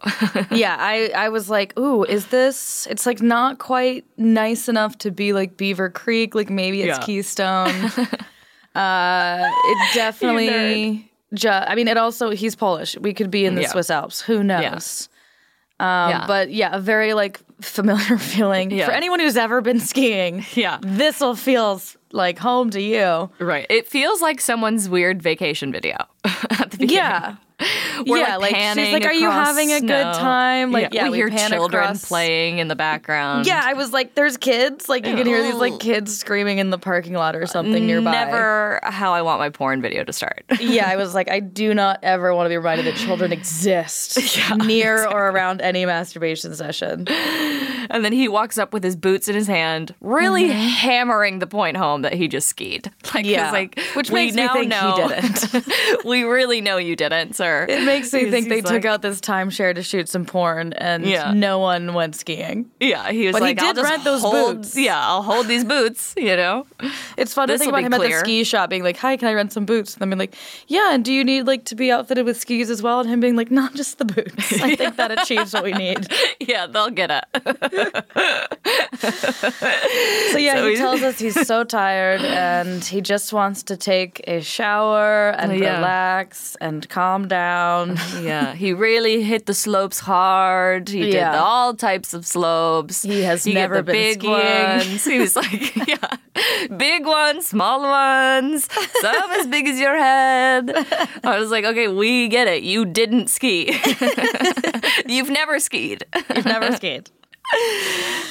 Speaker 2: [laughs]
Speaker 3: yeah, I, I was like, ooh, is this? It's like not quite nice enough to be like Beaver Creek. Like maybe it's
Speaker 2: Yeah.
Speaker 3: Keystone.
Speaker 2: [laughs]
Speaker 3: uh, it definitely. Ju- I mean, it also he's Polish. We could be in the
Speaker 2: Yeah.
Speaker 3: Swiss Alps. Who knows? Um,
Speaker 2: Yeah.
Speaker 3: But yeah, a very like familiar [laughs] feeling
Speaker 2: Yeah.
Speaker 3: for anyone who's ever been skiing.
Speaker 2: Yeah.
Speaker 3: this will feels like home to you.
Speaker 2: right. It feels like someone's weird vacation video [laughs] at the beginning.
Speaker 3: Yeah.
Speaker 2: We're,
Speaker 3: yeah,
Speaker 2: like,
Speaker 3: she's
Speaker 2: panning
Speaker 3: like, "Are you
Speaker 2: across
Speaker 3: having a good
Speaker 2: snow."
Speaker 3: time?" Like, yeah,
Speaker 2: we, hear
Speaker 3: pan
Speaker 2: children
Speaker 3: across-
Speaker 2: playing in the background.
Speaker 3: Yeah, I was like, there's kids. Like, you can hear these like kids screaming in the parking lot or something nearby.
Speaker 2: Never how I want my porn video to start. [laughs]
Speaker 3: Yeah, I was like, I do not ever want to be reminded that children exist
Speaker 2: [laughs]
Speaker 3: [laughs] near or around any masturbation session.
Speaker 2: And then he walks up with his boots in his hand, really hammering the point home that he just skied. [laughs] Like, 'cause,
Speaker 3: Mm-hmm. Yeah.
Speaker 2: like
Speaker 3: Which
Speaker 2: we
Speaker 3: makes me
Speaker 2: now
Speaker 3: think he
Speaker 2: know, [laughs]
Speaker 3: didn't.
Speaker 2: we really know you didn't, sir.
Speaker 3: It makes me
Speaker 2: He's-
Speaker 3: think they
Speaker 2: he's
Speaker 3: took
Speaker 2: like-
Speaker 3: out this timeshare to shoot some porn, and
Speaker 2: Yeah.
Speaker 3: no one went skiing.
Speaker 2: Yeah, he was
Speaker 3: But he
Speaker 2: like, I'll
Speaker 3: did
Speaker 2: just
Speaker 3: rent those
Speaker 2: hold,
Speaker 3: boots."
Speaker 2: Yeah, I'll hold these boots. You know, [laughs]
Speaker 3: It's fun to
Speaker 2: This'll
Speaker 3: think about
Speaker 2: be
Speaker 3: him
Speaker 2: clear.
Speaker 3: at the ski shop being like, "Hi, can I rent some boots?" And them being like, "Yeah." And do you need like to be outfitted with skis as well? And him being like, "Not just the boots." [laughs] I think that achieves what we need.
Speaker 2: yeah, they'll get it.
Speaker 3: So yeah, he
Speaker 2: he's-
Speaker 3: tells us
Speaker 2: [laughs]
Speaker 3: he's so tired and he just wants to take a shower and
Speaker 2: Oh, yeah.
Speaker 3: relax and
Speaker 2: [laughs]
Speaker 3: calm down.
Speaker 2: yeah, he really hit the slopes hard. He
Speaker 3: Yeah.
Speaker 2: did all types of slopes.
Speaker 3: He has
Speaker 2: did
Speaker 3: never
Speaker 2: the
Speaker 3: been
Speaker 2: big
Speaker 3: skiing.
Speaker 2: ones. He was like, [laughs] yeah, big ones, small ones, some as big as your head. I was like, okay, we get it. You didn't ski. [laughs] You've never skied.
Speaker 3: You've never skied.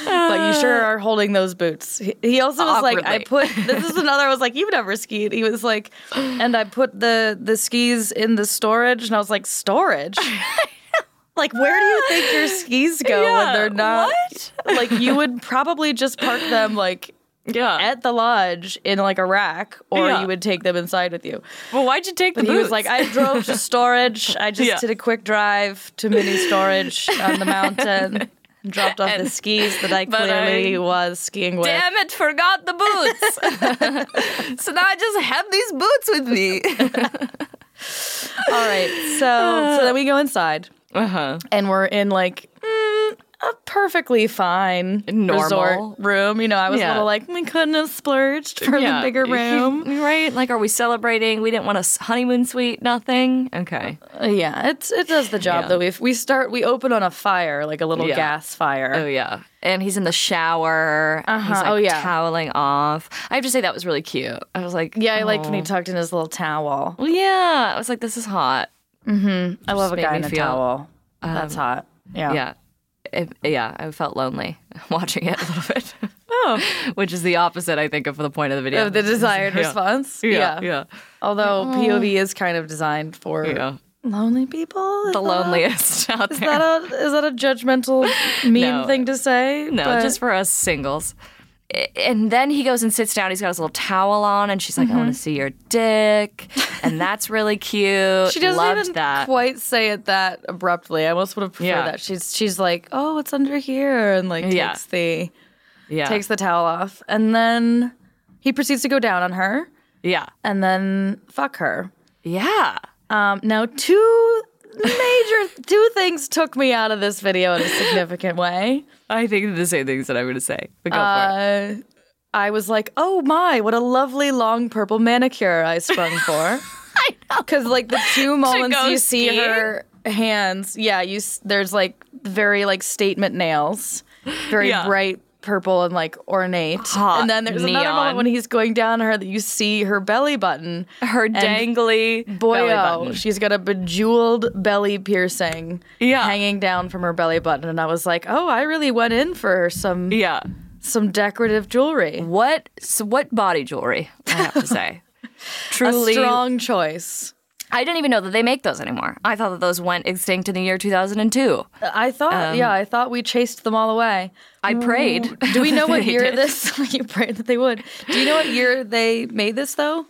Speaker 3: But you sure are holding those boots. He- He also was like, I
Speaker 2: Awkwardly.
Speaker 3: put this
Speaker 2: [laughs]
Speaker 3: is another I was like, You've never skied. He was like, and I put the the skis in the storage and I was like, Storage?
Speaker 2: [laughs]
Speaker 3: like where do you think your skis go
Speaker 2: Yeah,
Speaker 3: when they're not
Speaker 2: what?
Speaker 3: like you would probably just park them like
Speaker 2: Yeah.
Speaker 3: [laughs] at the lodge in like a rack, or
Speaker 2: Yeah.
Speaker 3: you would take them inside with you.
Speaker 2: well, why'd you take
Speaker 3: But
Speaker 2: the
Speaker 3: he
Speaker 2: boots?
Speaker 3: was like, I
Speaker 2: [laughs]
Speaker 3: drove to storage. [laughs] I just
Speaker 2: Yeah.
Speaker 3: did a quick drive to mini storage on the [laughs] mountain. and Dropped off the
Speaker 2: And-
Speaker 3: skis [laughs] that I
Speaker 2: but
Speaker 3: clearly
Speaker 2: I-
Speaker 3: was skiing with.
Speaker 2: Damn it, forgot the boots. [laughs] so now I just have these boots with me.
Speaker 3: All right, [laughs] so so then we go inside,
Speaker 2: Uh-huh.
Speaker 3: and we're in like mm, a perfectly fine
Speaker 2: Normal.
Speaker 3: resort room. You know, I was
Speaker 2: Yeah.
Speaker 3: a little like we couldn't have splurged [laughs] for the bigger room.
Speaker 2: [laughs] Right? Like, are we celebrating? We didn't want a s- honeymoon suite, nothing. Okay.
Speaker 3: Uh, [laughs] Yeah, it's it does the job
Speaker 2: Yeah.
Speaker 3: though. If we start, we open on a fire, like a little
Speaker 2: Yeah.
Speaker 3: gas fire.
Speaker 2: Oh, yeah. And he's in the shower.
Speaker 3: Uh-huh.
Speaker 2: He's like
Speaker 3: Oh, yeah.
Speaker 2: toweling off. I have to say, that was really cute. I was like,
Speaker 3: Yeah, I liked when he
Speaker 2: "Oh."
Speaker 3: tucked in his little towel.
Speaker 2: Well, yeah. I was like, this is hot.
Speaker 3: I love a
Speaker 2: made
Speaker 3: guy
Speaker 2: me
Speaker 3: in a
Speaker 2: feel- um,
Speaker 3: towel. That's hot. Yeah.
Speaker 2: Yeah. It- yeah, I felt lonely [laughs] watching it a little bit. oh. [laughs] Which is the opposite, I think, of the point of the video.
Speaker 3: Of
Speaker 2: [laughs]
Speaker 3: the desired response.
Speaker 2: Yeah. Yeah.
Speaker 3: Although POV is kind of designed for
Speaker 2: Yeah.
Speaker 3: lonely people. Is
Speaker 2: The
Speaker 3: [laughs] that-
Speaker 2: loneliest [laughs] out there.
Speaker 3: Is that a is that a
Speaker 2: [laughs]
Speaker 3: judgmental mean
Speaker 2: No.
Speaker 3: thing to say?
Speaker 2: [laughs] No,
Speaker 3: But-
Speaker 2: just for us singles. I- And then he goes and sits down. He's got his little towel on, and she's like,
Speaker 3: Mm-hmm.
Speaker 2: "I want to see your dick,"
Speaker 3: [laughs]
Speaker 2: and that's really cute.
Speaker 3: she doesn't
Speaker 2: Loved
Speaker 3: even
Speaker 2: that.
Speaker 3: quite say it that abruptly. I almost would have preferred
Speaker 2: Yeah.
Speaker 3: that. She's she's like, oh, what's under here, and like
Speaker 2: Yeah.
Speaker 3: takes the
Speaker 2: yeah,
Speaker 3: takes the towel off, and then he proceeds to go down on her,
Speaker 2: yeah,
Speaker 3: and then fuck her.
Speaker 2: yeah.
Speaker 3: Um, now, two major two things took me out of this video in a significant way.
Speaker 2: I think the same things that I'm going to say. But go for it.
Speaker 3: Uh, I was like, oh my, what a lovely long purple manicure I sprung
Speaker 2: [laughs]
Speaker 3: for. Because like the two moments
Speaker 2: go
Speaker 3: you see
Speaker 2: skiing?
Speaker 3: her hands, yeah, you s- there's like very like statement nails, very
Speaker 2: Yeah.
Speaker 3: bright purple and like ornate.
Speaker 2: Hot
Speaker 3: and then there's another
Speaker 2: neon.
Speaker 3: moment when he's going down her that you see her belly button.
Speaker 2: Her dangly belly
Speaker 3: Uh, Boyo,
Speaker 2: button.
Speaker 3: oh, she's got a bejeweled belly piercing
Speaker 2: Yeah.
Speaker 3: hanging down from her belly button, and I was like, "Oh, I really went in for some
Speaker 2: Yeah.
Speaker 3: some decorative jewelry."
Speaker 2: What s- what body jewelry? I have to say. Truly,
Speaker 3: [laughs] A strong choice.
Speaker 2: I didn't even know that they make those anymore. I thought that those went extinct in the year 2002.
Speaker 3: I thought,
Speaker 2: Um,
Speaker 3: yeah, I thought we chased them all away.
Speaker 2: I prayed.
Speaker 3: Do we know
Speaker 2: [laughs]
Speaker 3: what
Speaker 2: They
Speaker 3: year
Speaker 2: did.
Speaker 3: this? [laughs] you prayed that they would. Do you know what year they made this though? 'Cause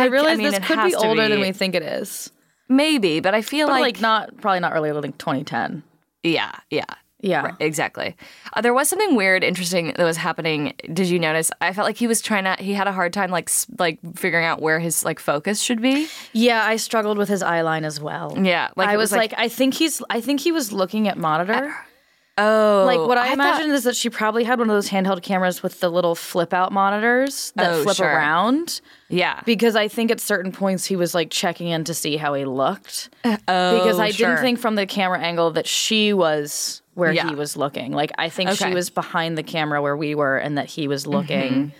Speaker 3: I,
Speaker 2: I- I
Speaker 3: realize
Speaker 2: mean,
Speaker 3: this
Speaker 2: it
Speaker 3: could
Speaker 2: has
Speaker 3: be
Speaker 2: to
Speaker 3: older than
Speaker 2: be-
Speaker 3: we think it is.
Speaker 2: Maybe, but I feel
Speaker 3: But like,
Speaker 2: like,
Speaker 3: not probably not really like 2010.
Speaker 2: yeah, yeah.
Speaker 3: Yeah.
Speaker 2: Right, exactly. Uh, there was something weird, interesting that was happening. Did you notice? I felt like he was trying to. He had a hard time, like, s- like figuring out where his like focus should be.
Speaker 3: Yeah, I struggled with his eye line as well.
Speaker 2: Yeah, like,
Speaker 3: I
Speaker 2: it
Speaker 3: was,
Speaker 2: was, like-
Speaker 3: like, I think he's I think he was looking at monitor.
Speaker 2: Oh,
Speaker 3: Like what I,
Speaker 2: thought-
Speaker 3: imagine is that she probably had one of those handheld cameras with the little flip out monitors that
Speaker 2: Oh,
Speaker 3: flip
Speaker 2: sure.
Speaker 3: around.
Speaker 2: yeah,
Speaker 3: Because I think at certain points he was like checking in to see how he looked. because I
Speaker 2: Oh, sure.
Speaker 3: didn't think from the camera angle that she was where
Speaker 2: Yeah.
Speaker 3: he was looking. Like I think
Speaker 2: Okay. Mm-hmm.
Speaker 3: she was behind the camera where we were, and that he was looking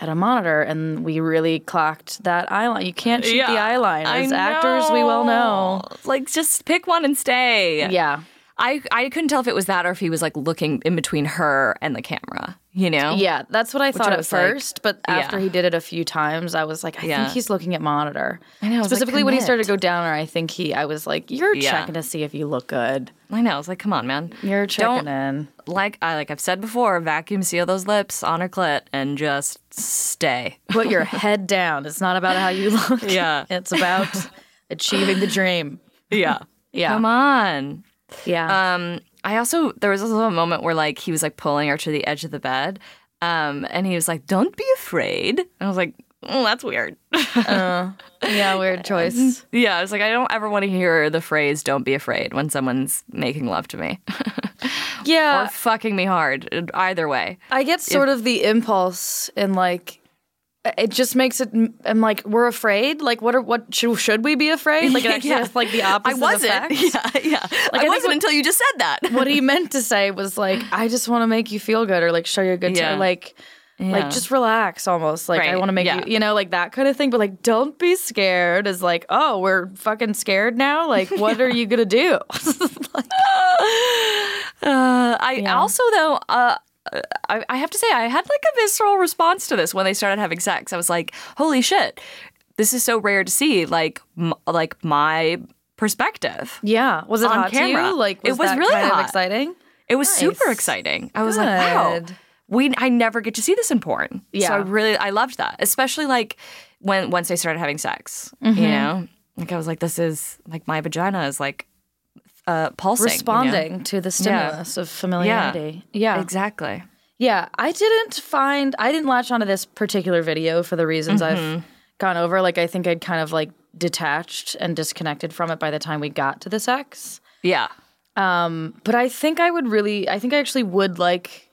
Speaker 3: at a monitor, and we really clocked that eye line. You can't shoot the eye line
Speaker 2: I
Speaker 3: as actors. We well know.
Speaker 2: Like, just pick one and stay.
Speaker 3: Yeah.
Speaker 2: I I couldn't tell if it was that or if he was like looking in between her and the camera. You know?
Speaker 3: Yeah, that's what Oh. I thought
Speaker 2: I
Speaker 3: at
Speaker 2: was like,
Speaker 3: first, but after he did it a few times, I was like, I
Speaker 2: Yeah.
Speaker 3: think he's looking at monitor. I
Speaker 2: know, I was like,
Speaker 3: Specifically when he started to go
Speaker 2: commit.
Speaker 3: down, or I think he, I was like, you're
Speaker 2: Yeah.
Speaker 3: checking to see if you look good.
Speaker 2: I know. I was like, come on, man.
Speaker 3: You're checking
Speaker 2: Don't-
Speaker 3: in.
Speaker 2: Like I like I've said before, vacuum seal those lips on her clit and just [laughs] stay.
Speaker 3: [laughs] Put your head down. It's not about how you [laughs] look.
Speaker 2: Yeah.
Speaker 3: It's [laughs] about achieving the dream.
Speaker 2: Yeah.
Speaker 3: Yeah.
Speaker 2: Come on.
Speaker 3: Yeah.
Speaker 2: Um, I also there was also a moment where like he was like pulling her to the edge of the bed, um, and he was like, "Don't be afraid." And I was like, "Oh, that's weird." [laughs]
Speaker 3: yeah, weird choice.
Speaker 2: yeah, I was like, I don't ever want to hear the phrase "Don't be afraid" when someone's making love to me [laughs] or Uh,
Speaker 3: Yeah.
Speaker 2: fucking me hard. Either way,
Speaker 3: I get sort of the impulse and like, it just makes it. I'm like, we're afraid. Like, what are what should, should we be afraid? [laughs] Like, it actually
Speaker 2: Yeah.
Speaker 3: has like the opposite.
Speaker 2: I wasn't. [laughs]
Speaker 3: effect.
Speaker 2: Yeah, yeah.
Speaker 3: I
Speaker 2: I,
Speaker 3: think
Speaker 2: wasn't
Speaker 3: what-
Speaker 2: until you just said that.
Speaker 3: what he meant to say was like, I just want to make you feel good or like show you a good
Speaker 2: Yeah.
Speaker 3: time. Like, like just relax almost. Like I
Speaker 2: Right,
Speaker 3: want to make
Speaker 2: yeah.
Speaker 3: you, you know, like that kind of thing. But like, don't be scared is like, oh, we're fucking scared now. Like, what are you gonna do? [laughs]
Speaker 2: Uh, I also though uh, I, I have to say I had like a visceral response to this when they started having sex. I was like, "Holy shit, this is so rare to see!" Like, m- like my perspective.
Speaker 3: yeah. Was it
Speaker 2: On
Speaker 3: hot to you?
Speaker 2: camera.
Speaker 3: Like,
Speaker 2: It
Speaker 3: was
Speaker 2: was
Speaker 3: that
Speaker 2: really
Speaker 3: kind of
Speaker 2: hot.
Speaker 3: exciting?
Speaker 2: It was super
Speaker 3: Nice.
Speaker 2: exciting. I was like, "Wow,
Speaker 3: Good.
Speaker 2: we I never get to see this in porn."
Speaker 3: Yeah.
Speaker 2: so I really I loved that, especially like when once they started having sex.
Speaker 3: Mm-hmm.
Speaker 2: You know, like I was like, "This is like my vagina is like uh, pulsing, you know?
Speaker 3: Responding to the stimulus of familiarity. Yeah.
Speaker 2: exactly."
Speaker 3: Yeah, I didn't find I didn't latch onto this particular video for the reasons I've gone over. Like I think I'd kind of like detached and disconnected from it by the time we got to the sex.
Speaker 2: Yeah.
Speaker 3: But I think I would really I think I actually would like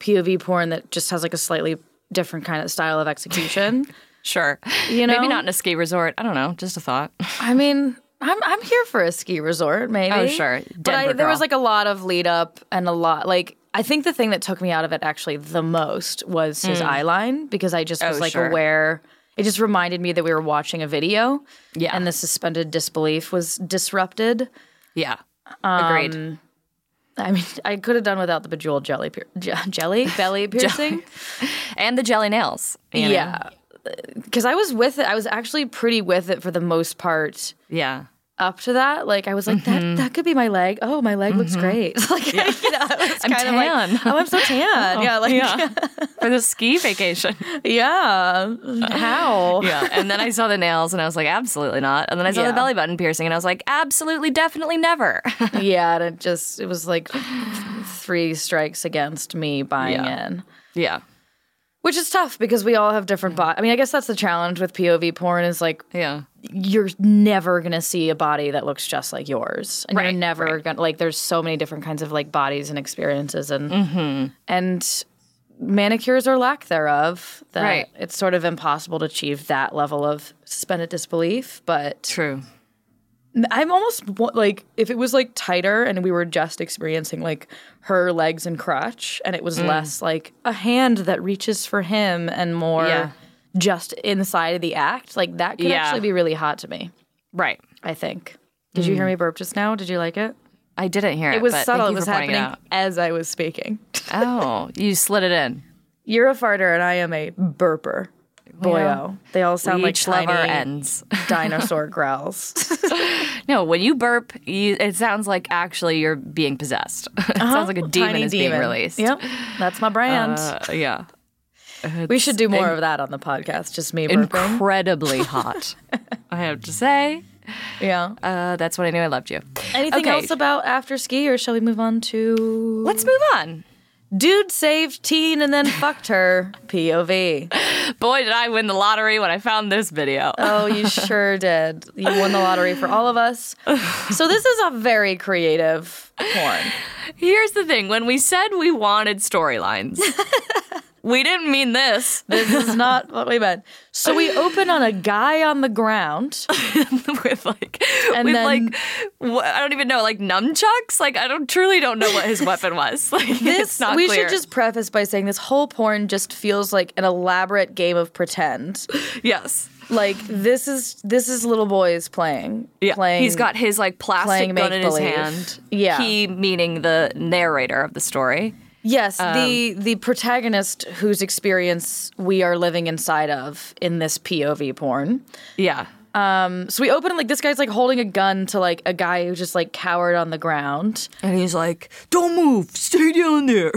Speaker 3: POV porn that just has like a slightly different kind of style of execution.
Speaker 2: Sure.
Speaker 3: You know?
Speaker 2: maybe not in a ski resort. I don't know. Just a thought. [laughs]
Speaker 3: I mean, I'm I'm here for a ski resort, maybe.
Speaker 2: Oh, sure.
Speaker 3: but I,
Speaker 2: Denver
Speaker 3: there was
Speaker 2: girl.
Speaker 3: like a lot of lead up and a lot like I think the thing that took me out of it actually the most was his eye line because I just was
Speaker 2: Mm. Oh,
Speaker 3: like
Speaker 2: sure.
Speaker 3: aware. It just reminded me that we were watching a video.
Speaker 2: Yeah.
Speaker 3: And the suspended disbelief was disrupted.
Speaker 2: Yeah. Agreed.
Speaker 3: Um, I mean, [laughs] I could have done without the bejeweled jelly, pier- [laughs] je-
Speaker 2: [laughs]
Speaker 3: jelly belly piercing.
Speaker 2: and the jelly nails. you know?
Speaker 3: yeah. Because I was with it. I was actually pretty with it for the most part.
Speaker 2: Yeah.
Speaker 3: up to that. Like I was like,
Speaker 2: Mm-hmm.
Speaker 3: that that could be my leg. Oh, my leg looks great. [laughs] Like you know, I was
Speaker 2: I'm
Speaker 3: kind of like,
Speaker 2: tan.
Speaker 3: oh, I'm so
Speaker 2: [laughs]
Speaker 3: tan. yeah, like yeah.
Speaker 2: Yeah. For the ski
Speaker 3: [laughs]
Speaker 2: vacation. [laughs]
Speaker 3: How?
Speaker 2: Yeah. And then I saw the nails and I was like, absolutely not. And then I saw
Speaker 3: Yeah.
Speaker 2: the belly button piercing and I was like, absolutely, definitely never. [laughs]
Speaker 3: yeah, and it just it was like three strikes against me buying
Speaker 2: Yeah.
Speaker 3: in.
Speaker 2: yeah.
Speaker 3: Which is tough because we all have different bodies. I mean, I guess that's the challenge with POV porn is like
Speaker 2: Yeah.
Speaker 3: you're never gonna see a body that looks just like yours, and
Speaker 2: Right,
Speaker 3: you're never
Speaker 2: Mm-hmm.
Speaker 3: gonna like. There's so many different kinds of like bodies and experiences, and and manicures or lack thereof that
Speaker 2: Right.
Speaker 3: it's sort of impossible to achieve that level of suspended disbelief but
Speaker 2: True.
Speaker 3: i'm almost wa- like if it was like tighter and we were just experiencing like her legs and crutch and it
Speaker 2: Mm.
Speaker 3: was less like a hand that reaches for him and more
Speaker 2: Yeah.
Speaker 3: just inside of the act like that could
Speaker 2: Yeah.
Speaker 3: actually be really hot to me
Speaker 2: Right.
Speaker 3: i think did you hear me burp just now did you like it
Speaker 2: I didn't hear it.
Speaker 3: it was
Speaker 2: Hmm. but
Speaker 3: subtle
Speaker 2: thank
Speaker 3: it
Speaker 2: you
Speaker 3: was
Speaker 2: for pointing
Speaker 3: happening
Speaker 2: it
Speaker 3: as i was speaking [laughs]
Speaker 2: out. Oh, you slid it in.
Speaker 3: You're a farter and I am a burper. Boyo. They all [laughs] sound
Speaker 2: We
Speaker 3: like
Speaker 2: each love our
Speaker 3: tiny
Speaker 2: ends.
Speaker 3: [laughs] dinosaur growls.
Speaker 2: No, when you burp, you, it sounds like actually you're being possessed. [laughs] it sounds like a [laughs] demon
Speaker 3: Uh-huh. Tiny
Speaker 2: is being released.
Speaker 3: Yep. That's my brand. [laughs]
Speaker 2: Uh, yeah.
Speaker 3: we should do more of that on the podcast. Just
Speaker 2: [laughs]
Speaker 3: me burping.
Speaker 2: Incredibly hot. [laughs] I have to say.
Speaker 3: yeah.
Speaker 2: Uh, that's when I knew I loved you.
Speaker 3: Anything
Speaker 2: okay.
Speaker 3: else about after ski or shall we move on to
Speaker 2: Let's move on.
Speaker 3: Dude saved teen and then fucked her. POV.
Speaker 2: Boy, did I win the lottery when I found this video.
Speaker 3: Oh, you sure did. You won the lottery for all of us. So this is a very creative porn.
Speaker 2: Here's the thing when we said we wanted storylines,
Speaker 3: [laughs]
Speaker 2: we didn't mean this. [laughs]
Speaker 3: This is not what we meant. So we open on a guy on the ground.
Speaker 2: with like
Speaker 3: And
Speaker 2: with
Speaker 3: then-
Speaker 2: like wh- I don't even know like nunchucks. Like I don't truly don't know what his weapon was. [laughs] Like
Speaker 3: This
Speaker 2: [laughs] it's not
Speaker 3: we
Speaker 2: clear.
Speaker 3: should just preface by saying this whole porn just feels like an elaborate game of pretend.
Speaker 2: yes.
Speaker 3: Like this is this is little boys playing.
Speaker 2: Yeah,
Speaker 3: playing.
Speaker 2: he's got his like plastic
Speaker 3: playing
Speaker 2: gun in his
Speaker 3: make-believe.
Speaker 2: hand.
Speaker 3: Yeah.
Speaker 2: he meaning the narrator of the story.
Speaker 3: yes the
Speaker 2: um,
Speaker 3: the protagonist whose experience we are living inside of in this POV porn.
Speaker 2: Yeah,
Speaker 3: So we open like this guy's like holding a gun to like a guy who just like cowered on the ground,
Speaker 2: and he's like, "Don't move, stay down
Speaker 3: [laughs]
Speaker 2: there."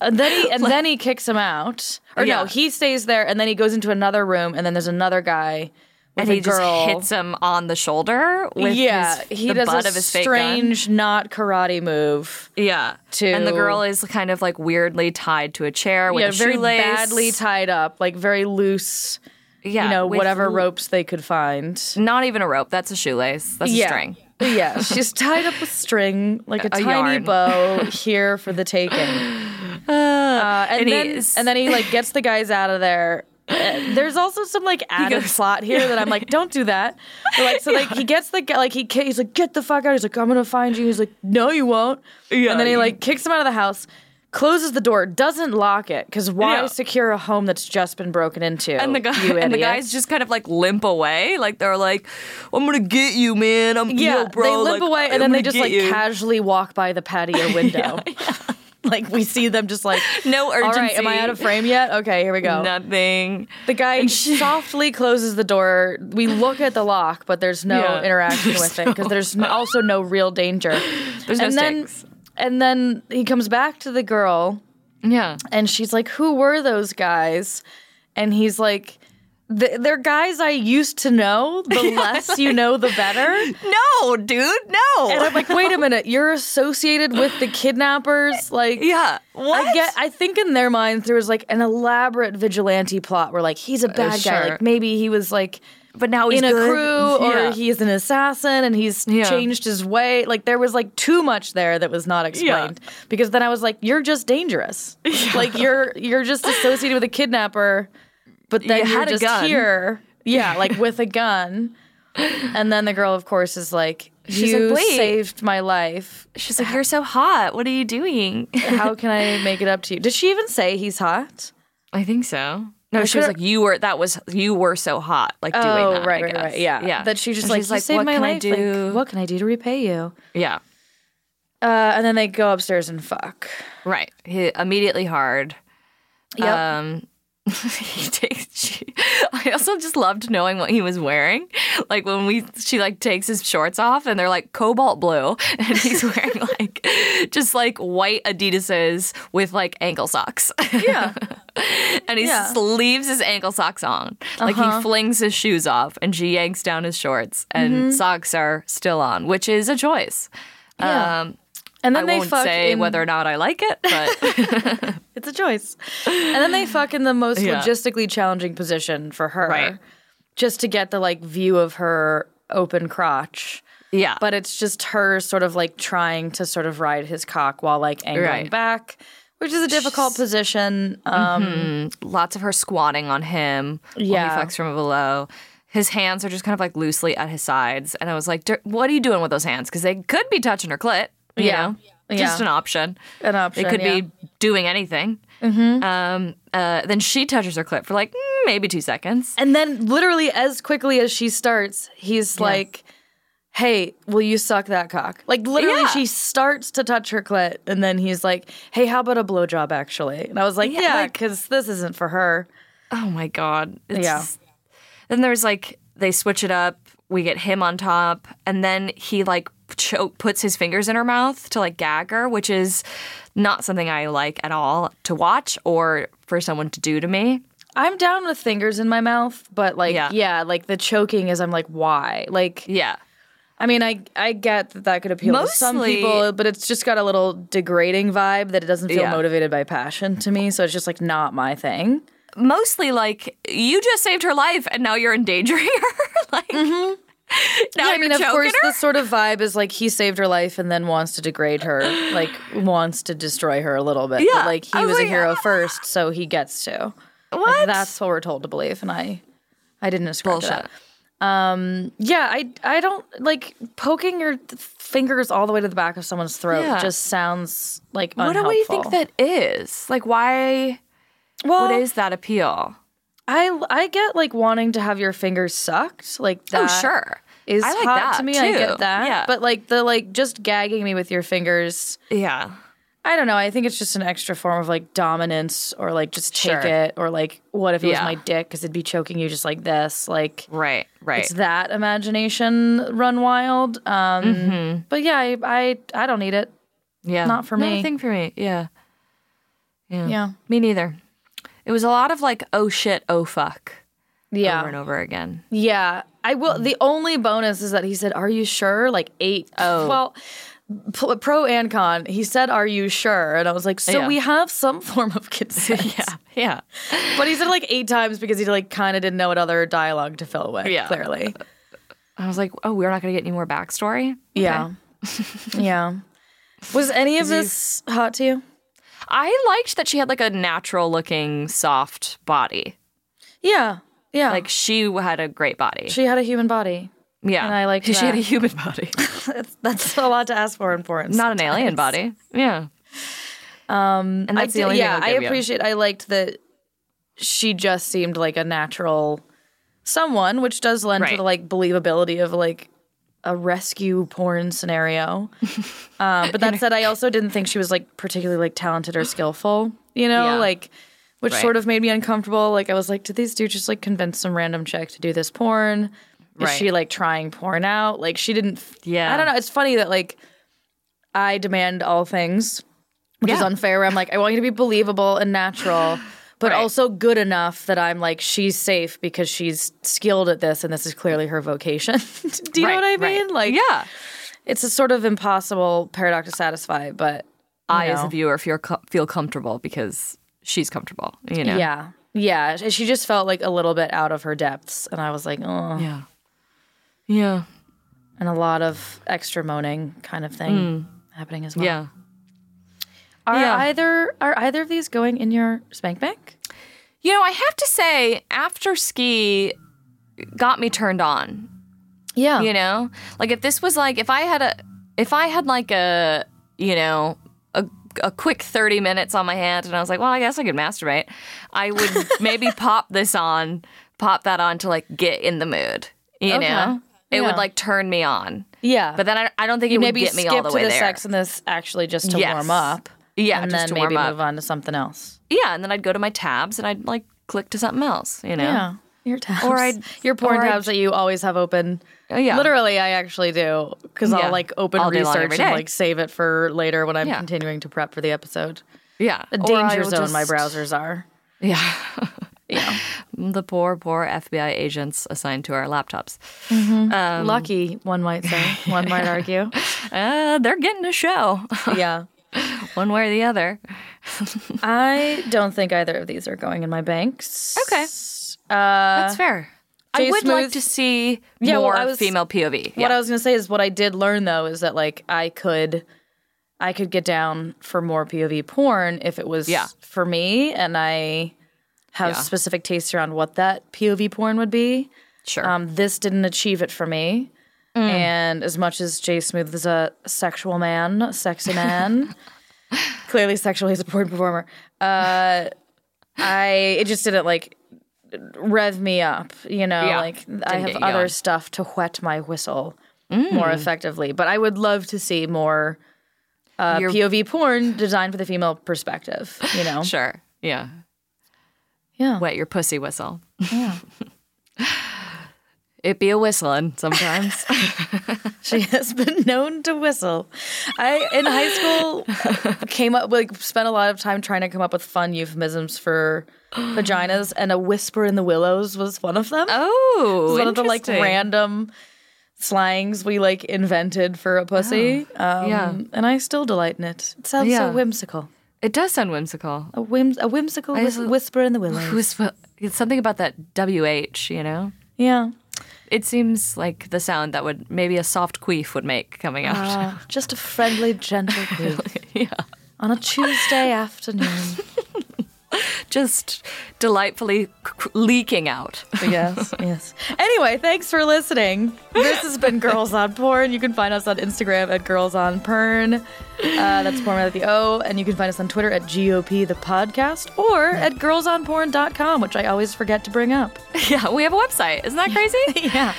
Speaker 3: and then
Speaker 2: [laughs]
Speaker 3: he and then he kicks him out. Or no,
Speaker 2: Yeah.
Speaker 3: he stays there, and then he goes into another room, and then there's another guy. With
Speaker 2: and he
Speaker 3: a girl.
Speaker 2: just hits him on the shoulder with
Speaker 3: yeah,
Speaker 2: his,
Speaker 3: he
Speaker 2: the
Speaker 3: does
Speaker 2: butt
Speaker 3: a
Speaker 2: of his fake gun.
Speaker 3: strange, not karate move.
Speaker 2: Yeah,
Speaker 3: to-
Speaker 2: and the girl is kind of like weirdly tied to a chair with
Speaker 3: yeah,
Speaker 2: a
Speaker 3: very
Speaker 2: shoelace.
Speaker 3: badly tied up, like very loose.
Speaker 2: yeah,
Speaker 3: you know,
Speaker 2: with
Speaker 3: whatever
Speaker 2: l-
Speaker 3: ropes they could find.
Speaker 2: Not even a rope. That's a shoelace. That's
Speaker 3: yeah. Oh,
Speaker 2: a string. [laughs]
Speaker 3: yeah, she's tied up with string, like a,
Speaker 2: A
Speaker 3: tiny
Speaker 2: yarn.
Speaker 3: bow here for the
Speaker 2: [sighs]
Speaker 3: taking. Uh, and,
Speaker 2: and
Speaker 3: then,
Speaker 2: he's-
Speaker 3: and then he like gets the guys out of there. Uh, There's also some like added
Speaker 2: goes-
Speaker 3: plot here that I'm like, don't do that. But, like so, like he gets the guy, like he ki- he's like, get the fuck out. He's like, I'm gonna find you. He's like, no, you won't.
Speaker 2: Yeah,
Speaker 3: and then he
Speaker 2: you-
Speaker 3: like kicks him out of the house, closes the door, doesn't lock it because why
Speaker 2: Yeah.
Speaker 3: secure a home that's just been broken into?
Speaker 2: And the guy
Speaker 3: you
Speaker 2: and the
Speaker 3: idiot?
Speaker 2: guys just kind of like limp away, like they're like, "I'm gonna get you, man." I'm
Speaker 3: Yeah,
Speaker 2: yo, bro.
Speaker 3: they limp
Speaker 2: like,
Speaker 3: away
Speaker 2: I'm
Speaker 3: and then they
Speaker 2: gonna
Speaker 3: just
Speaker 2: get
Speaker 3: like
Speaker 2: you.
Speaker 3: casually walk by
Speaker 2: [laughs]
Speaker 3: the patio window. [laughs] like we see them just like
Speaker 2: no urgency.
Speaker 3: [laughs] All right, am I out of frame yet? Okay, here we go.
Speaker 2: Nothing.
Speaker 3: The guy softly closes the door. We look at the lock, but there's no
Speaker 2: Yeah.
Speaker 3: interaction with it because there's n also no real danger.
Speaker 2: There's
Speaker 3: and
Speaker 2: no
Speaker 3: then,
Speaker 2: stakes.
Speaker 3: and then he comes back to the girl
Speaker 2: Yeah.
Speaker 3: and she's like, "Who were those guys?" And he's like, "Th- "They're guys I used to know. The
Speaker 2: [laughs]
Speaker 3: less you know, the better."
Speaker 2: No, dude. No.
Speaker 3: And I'm like, wait a minute, you're associated with the
Speaker 2: [laughs]
Speaker 3: kidnappers? Like,
Speaker 2: yeah. What?
Speaker 3: I get. I think in their minds there was like an elaborate vigilante plot where like he's a bad guy.
Speaker 2: Uh, sure.
Speaker 3: Like maybe he was like
Speaker 2: but now he's
Speaker 3: in a
Speaker 2: good.
Speaker 3: crew or
Speaker 2: Yeah.
Speaker 3: he's an assassin and he's
Speaker 2: Yeah.
Speaker 3: changed his way. Like there was like too much there that was not explained. Because then I was like, you're just
Speaker 2: [laughs]
Speaker 3: dangerous. Like you're you're just associated with a kidnapper, but then
Speaker 2: You
Speaker 3: you are
Speaker 2: had a
Speaker 3: just
Speaker 2: gun.
Speaker 3: here.
Speaker 2: [laughs]
Speaker 3: Yeah, like with a gun. And then the girl, of course, is like,
Speaker 2: She's
Speaker 3: "You
Speaker 2: like, "Wait."
Speaker 3: saved my life.
Speaker 2: She's like, "You're so hot. What are you doing?"
Speaker 3: How can I make it up to you?" Did she even say he's hot?
Speaker 2: I think so. No, she was
Speaker 3: could've-
Speaker 2: like, "You were that was you were so hot." Like doing
Speaker 3: oh,
Speaker 2: that. I
Speaker 3: right, right,
Speaker 2: guess.
Speaker 3: right. Yeah.
Speaker 2: Yeah.
Speaker 3: That she just
Speaker 2: And
Speaker 3: like,
Speaker 2: she's
Speaker 3: you saved
Speaker 2: "What
Speaker 3: my
Speaker 2: can
Speaker 3: life.
Speaker 2: I
Speaker 3: Like,
Speaker 2: do?"
Speaker 3: what can I do to repay you?
Speaker 2: Yeah.
Speaker 3: Uh, and then they go upstairs and fuck.
Speaker 2: Right. He immediately hard.
Speaker 3: Yep.
Speaker 2: Um, [laughs] he takes. She, I also just loved knowing what he was wearing. Like when we, she like takes his shorts off and they're like cobalt blue, [laughs] and
Speaker 3: [laughs]
Speaker 2: he's wearing like just like white Adidas's with like ankle socks.
Speaker 3: yeah.
Speaker 2: [laughs] and he
Speaker 3: Yeah. Uh-huh.
Speaker 2: just leaves his ankle socks on. Like he flings his shoes off, and she yanks down his shorts, and
Speaker 3: Mm-hmm.
Speaker 2: socks are still on, which is a choice.
Speaker 3: Yeah.
Speaker 2: Um,
Speaker 3: [laughs] And then
Speaker 2: I
Speaker 3: they
Speaker 2: won't
Speaker 3: fuck
Speaker 2: say
Speaker 3: in,
Speaker 2: whether or not I like it,
Speaker 3: [laughs]
Speaker 2: but
Speaker 3: it's a choice.
Speaker 2: [laughs]
Speaker 3: And then they fuck in the most
Speaker 2: Yeah.
Speaker 3: logistically challenging position for her.
Speaker 2: Right.
Speaker 3: Just to get the like view of her open crotch.
Speaker 2: yeah,
Speaker 3: But it's just her sort of like trying to sort of ride his cock while like angling
Speaker 2: Right. Mm-hmm.
Speaker 3: back, which is a difficult position. Um,
Speaker 2: Lots of her squatting on him. While
Speaker 3: Yeah.
Speaker 2: he fucks from below. His hands are just kind of like loosely at his sides. And I was like, "Dir- what are you doing with those hands? Because they could be touching her clit. You
Speaker 3: Yeah.
Speaker 2: Know?
Speaker 3: Yeah.
Speaker 2: Just an option.
Speaker 3: An option,
Speaker 2: They could
Speaker 3: yeah.
Speaker 2: be doing anything. Mm-hmm. Um, uh, then she touches her clit for like mm, maybe two seconds.
Speaker 3: And then, literally, as quickly as she starts, he's like, Hey, will you suck that cock? Like, literally,
Speaker 2: Yeah.
Speaker 3: she starts to touch her clit. And then he's like, Hey, how about a blowjob, actually? And I was like, Yeah, because this isn't for her.
Speaker 2: Oh my God. It's,
Speaker 3: Yeah.
Speaker 2: Then there's like, they switch it up. We get him on top. And then he like choke, puts his fingers in her mouth to like gag her, which is not something I like at all to watch or for someone to do to me.
Speaker 3: I'm down with fingers in my mouth, but like,
Speaker 2: Yeah.
Speaker 3: yeah, like the choking is, I'm like, why? Like,
Speaker 2: Yeah.
Speaker 3: I mean, I I get that that could appeal to some
Speaker 2: Mostly-
Speaker 3: people, but it's just got a little degrading vibe that it doesn't feel
Speaker 2: Yeah.
Speaker 3: motivated by passion to me. So it's just like not my thing.
Speaker 2: Mostly like, you just saved her life and now you're endangering [laughs] her. like, now
Speaker 3: Mm-hmm. Yeah, I
Speaker 2: you're
Speaker 3: mean, of
Speaker 2: choking
Speaker 3: course,
Speaker 2: her.
Speaker 3: this sort of vibe is like he saved her life and then wants to
Speaker 2: [gasps]
Speaker 3: degrade her, like wants to destroy her a little bit.
Speaker 2: Yeah,
Speaker 3: but like he
Speaker 2: I was
Speaker 3: was,
Speaker 2: like,
Speaker 3: a hero
Speaker 2: "Ah."
Speaker 3: first, so he gets to.
Speaker 2: What?
Speaker 3: That's what we're told to believe, and I, I didn't ascribe to
Speaker 2: Bullshit.
Speaker 3: that. Um, yeah, I, I don't like poking your th- fingers all the way to the back of someone's throat.
Speaker 2: Yeah.
Speaker 3: Just sounds like
Speaker 2: What do
Speaker 3: unhelpful.
Speaker 2: we think that is? Like, why?
Speaker 3: Well,
Speaker 2: What is that appeal?
Speaker 3: I I get like wanting to have your fingers sucked, like that.
Speaker 2: oh, sure.
Speaker 3: Is
Speaker 2: I like
Speaker 3: hot
Speaker 2: that
Speaker 3: to me. I
Speaker 2: too.
Speaker 3: get that.
Speaker 2: Yeah.
Speaker 3: But like the like just gagging me with your fingers.
Speaker 2: Yeah.
Speaker 3: I don't know. I think it's just an extra form of like dominance, or like just take
Speaker 2: Sure.
Speaker 3: it, or like what if it
Speaker 2: Yeah.
Speaker 3: was my dick? Because it'd be choking you just like this. Like
Speaker 2: Right. Right.
Speaker 3: it's that imagination run wild. Um,
Speaker 2: Mm-hmm.
Speaker 3: But yeah, I, I I don't need it.
Speaker 2: yeah.
Speaker 3: not for
Speaker 2: Not a
Speaker 3: me.
Speaker 2: thing for me. Yeah. Yeah.
Speaker 3: Yeah.
Speaker 2: Me neither. It was a lot of like, oh shit, oh fuck,
Speaker 3: Yeah,
Speaker 2: over Mm. and over again.
Speaker 3: Yeah, I will. The only bonus is that he said, "Are you sure?" Like eight.
Speaker 2: Oh.
Speaker 3: well, p- pro and con. He said, "Are you sure?" And I was like, "So
Speaker 2: Yeah.
Speaker 3: we have some [laughs] form of consent."
Speaker 2: [laughs] [laughs] Yeah.
Speaker 3: but he said it like eight times because he like kind of didn't know what other dialogue to fill with.
Speaker 2: Yeah.
Speaker 3: clearly.
Speaker 2: I was like, oh, we're not going to get any more backstory. [laughs]
Speaker 3: Yeah, yeah. Was any of this hot to you?
Speaker 2: I liked that she had like a natural looking, soft body.
Speaker 3: Yeah, yeah.
Speaker 2: Like, she had a great body.
Speaker 3: she had a human body.
Speaker 2: yeah.
Speaker 3: and I liked
Speaker 2: She had
Speaker 3: that.
Speaker 2: a [laughs] human body,
Speaker 3: [laughs] That's, that's a lot to ask for
Speaker 2: [laughs]
Speaker 3: in porn.
Speaker 2: not an alien body. Yeah. Um, and that's
Speaker 3: I
Speaker 2: the
Speaker 3: did-
Speaker 2: only
Speaker 3: yeah,
Speaker 2: thing I'll give
Speaker 3: I
Speaker 2: you.
Speaker 3: appreciate. I liked that she just seemed like a natural someone, which does lend
Speaker 2: Right.
Speaker 3: to the like believability of like a rescue
Speaker 2: [laughs]
Speaker 3: porn scenario. um, but that said, I also didn't think she was like particularly like talented or skillful. You know,
Speaker 2: Yeah.
Speaker 3: like which
Speaker 2: Right.
Speaker 3: sort of made me uncomfortable. Like I was like, did these dudes just like convince some random chick to do this porn? Is
Speaker 2: Right.
Speaker 3: she like trying porn out? Like she didn't.
Speaker 2: Yeah.
Speaker 3: I don't know. It's funny that like I demand all things which is
Speaker 2: Yeah.
Speaker 3: unfair. Where I'm like, I want you to be believable and natural, but
Speaker 2: Right.
Speaker 3: also good enough that I'm like, she's safe because she's skilled at this, and this is clearly her vocation. [laughs] Do you know what I
Speaker 2: Right, right.
Speaker 3: mean? Like,
Speaker 2: yeah.
Speaker 3: it's a sort of impossible paradox to satisfy, but
Speaker 2: I, as
Speaker 3: know.
Speaker 2: a viewer, feel co- feel comfortable because she's comfortable. You know.
Speaker 3: yeah. yeah, She just felt like a little bit out of her depths, and I was like, oh,
Speaker 2: Yeah. Yeah.
Speaker 3: and a lot of extra moaning kind of thing happening as well.
Speaker 2: Mm. Yeah.
Speaker 3: Are
Speaker 2: Yeah.
Speaker 3: either are either of these going in your spank bank?
Speaker 2: You know, I have to say, after ski got me turned on.
Speaker 3: Yeah,
Speaker 2: You know, like if this was like if I had a if I had like a you know a a quick thirty minutes on my hand, and I was like, well, I guess I could masturbate. I would
Speaker 3: [laughs]
Speaker 2: maybe pop this on, pop that on to like get in the mood. You
Speaker 3: Okay.
Speaker 2: know, it
Speaker 3: Yeah.
Speaker 2: would like turn me on.
Speaker 3: yeah.
Speaker 2: But then I, I don't think it would
Speaker 3: maybe
Speaker 2: get me
Speaker 3: skip
Speaker 2: all the
Speaker 3: to
Speaker 2: way
Speaker 3: the
Speaker 2: there.
Speaker 3: sex and this actually just to
Speaker 2: Yes.
Speaker 3: warm up.
Speaker 2: Yeah,
Speaker 3: and
Speaker 2: just
Speaker 3: then
Speaker 2: to warm
Speaker 3: maybe
Speaker 2: up.
Speaker 3: move on to something else.
Speaker 2: Yeah, and then I'd go to my tabs and I'd like click to something else, you know.
Speaker 3: Your tabs,
Speaker 2: Or I'd-
Speaker 3: your porn
Speaker 2: or I'd-
Speaker 3: tabs that you always have open.
Speaker 2: Oh, yeah.
Speaker 3: literally, I actually do because
Speaker 2: Yeah.
Speaker 3: I'll like open
Speaker 2: All day long,
Speaker 3: research
Speaker 2: every
Speaker 3: and
Speaker 2: day.
Speaker 3: like save it for later when I'm
Speaker 2: Yeah.
Speaker 3: continuing to prep for the episode.
Speaker 2: Yeah.
Speaker 3: A danger zone my browsers are. [laughs]
Speaker 2: Yeah. yeah. [laughs] The poor, poor FBI agents assigned to our laptops. Um,
Speaker 3: Lucky, one might
Speaker 2: [laughs]
Speaker 3: say, one might argue.
Speaker 2: Uh, they're getting a show, [laughs]
Speaker 3: yeah,
Speaker 2: one way or the other.
Speaker 3: I don't think either of these are going in my banks.
Speaker 2: Okay.
Speaker 3: Uh,
Speaker 2: That's fair. I
Speaker 3: Jay
Speaker 2: would like
Speaker 3: Smooth-
Speaker 2: to see
Speaker 3: Yeah, well,
Speaker 2: more
Speaker 3: I was-
Speaker 2: female POV.
Speaker 3: What
Speaker 2: yeah.
Speaker 3: I was gonna say is what I did learn though is that like I could I could get down for more POV porn if it was
Speaker 2: Yeah.
Speaker 3: for me and I have
Speaker 2: Yeah.
Speaker 3: specific tastes around what that POV porn would be.
Speaker 2: Sure. Mm.
Speaker 3: Um, this didn't achieve it for me. And as much as Jay Smooth is a sexual man,
Speaker 2: [laughs]
Speaker 3: sexy man, clearly sexually he's a porn performer. Uh, I it just didn't like rev me up, you know.
Speaker 2: Yeah.
Speaker 3: Like I
Speaker 2: Didn't
Speaker 3: have
Speaker 2: get you
Speaker 3: other
Speaker 2: going. Mm.
Speaker 3: stuff to whet my whistle more effectively. But I would love to see more uh,
Speaker 2: Your-
Speaker 3: POV porn designed for the female perspective. You
Speaker 2: [laughs]
Speaker 3: know,
Speaker 2: sure. Yeah.
Speaker 3: yeah.
Speaker 2: Wet your pussy whistle. Yeah. [laughs] it be a whistling sometimes.
Speaker 3: [laughs] She has been known to whistle. I in high school came up like spent a lot of time trying to come up with fun euphemisms for vaginas, and a whisper in the willows was one of them.
Speaker 2: oh,
Speaker 3: It was one of the like
Speaker 2: interesting.
Speaker 3: random slangs we like invented for a pussy. um,
Speaker 2: yeah.
Speaker 3: and I still delight in it. It sounds
Speaker 2: Yeah.
Speaker 3: so whimsical.
Speaker 2: It does sound whimsical.
Speaker 3: A whims a whimsical
Speaker 2: I
Speaker 3: whis-
Speaker 2: also-
Speaker 3: whisper in the willows.
Speaker 2: Who's it's something about that WH, you know?
Speaker 3: [laughs] yeah,
Speaker 2: It seems like the sound that would maybe a soft queef would make coming out.
Speaker 3: Uh, just a friendly, gentle [laughs] breeze
Speaker 2: yeah.
Speaker 3: on a Tuesday afternoon.
Speaker 2: [laughs] Just delightfully c- leaking out. [laughs]
Speaker 3: yes, yes. Anyway, thanks for listening. This has been Girls on Porn. You can find us on Instagram at Girls on Pern. Uh, that's porn without the O. And you can find us on Twitter at GOP the podcast or at girlsonporn.com, which I always forget to bring up.
Speaker 2: Yeah, we have a website. Isn't that crazy?
Speaker 3: [laughs] Yeah.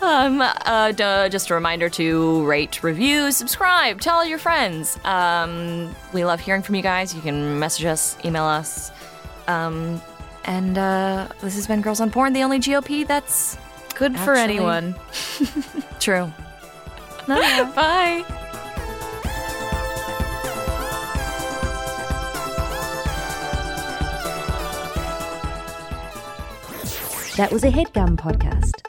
Speaker 2: Um, uh, duh, just a reminder to rate, review, subscribe, tell your friends. Um, we love hearing from you guys. You can message us, email us. Um, and uh, this has been Girls on Porn, the only GOP that's
Speaker 3: Good for
Speaker 2: Actually-
Speaker 3: anyone.
Speaker 2: true.
Speaker 3: No, no.
Speaker 2: Bye.
Speaker 1: That was a headgum podcast.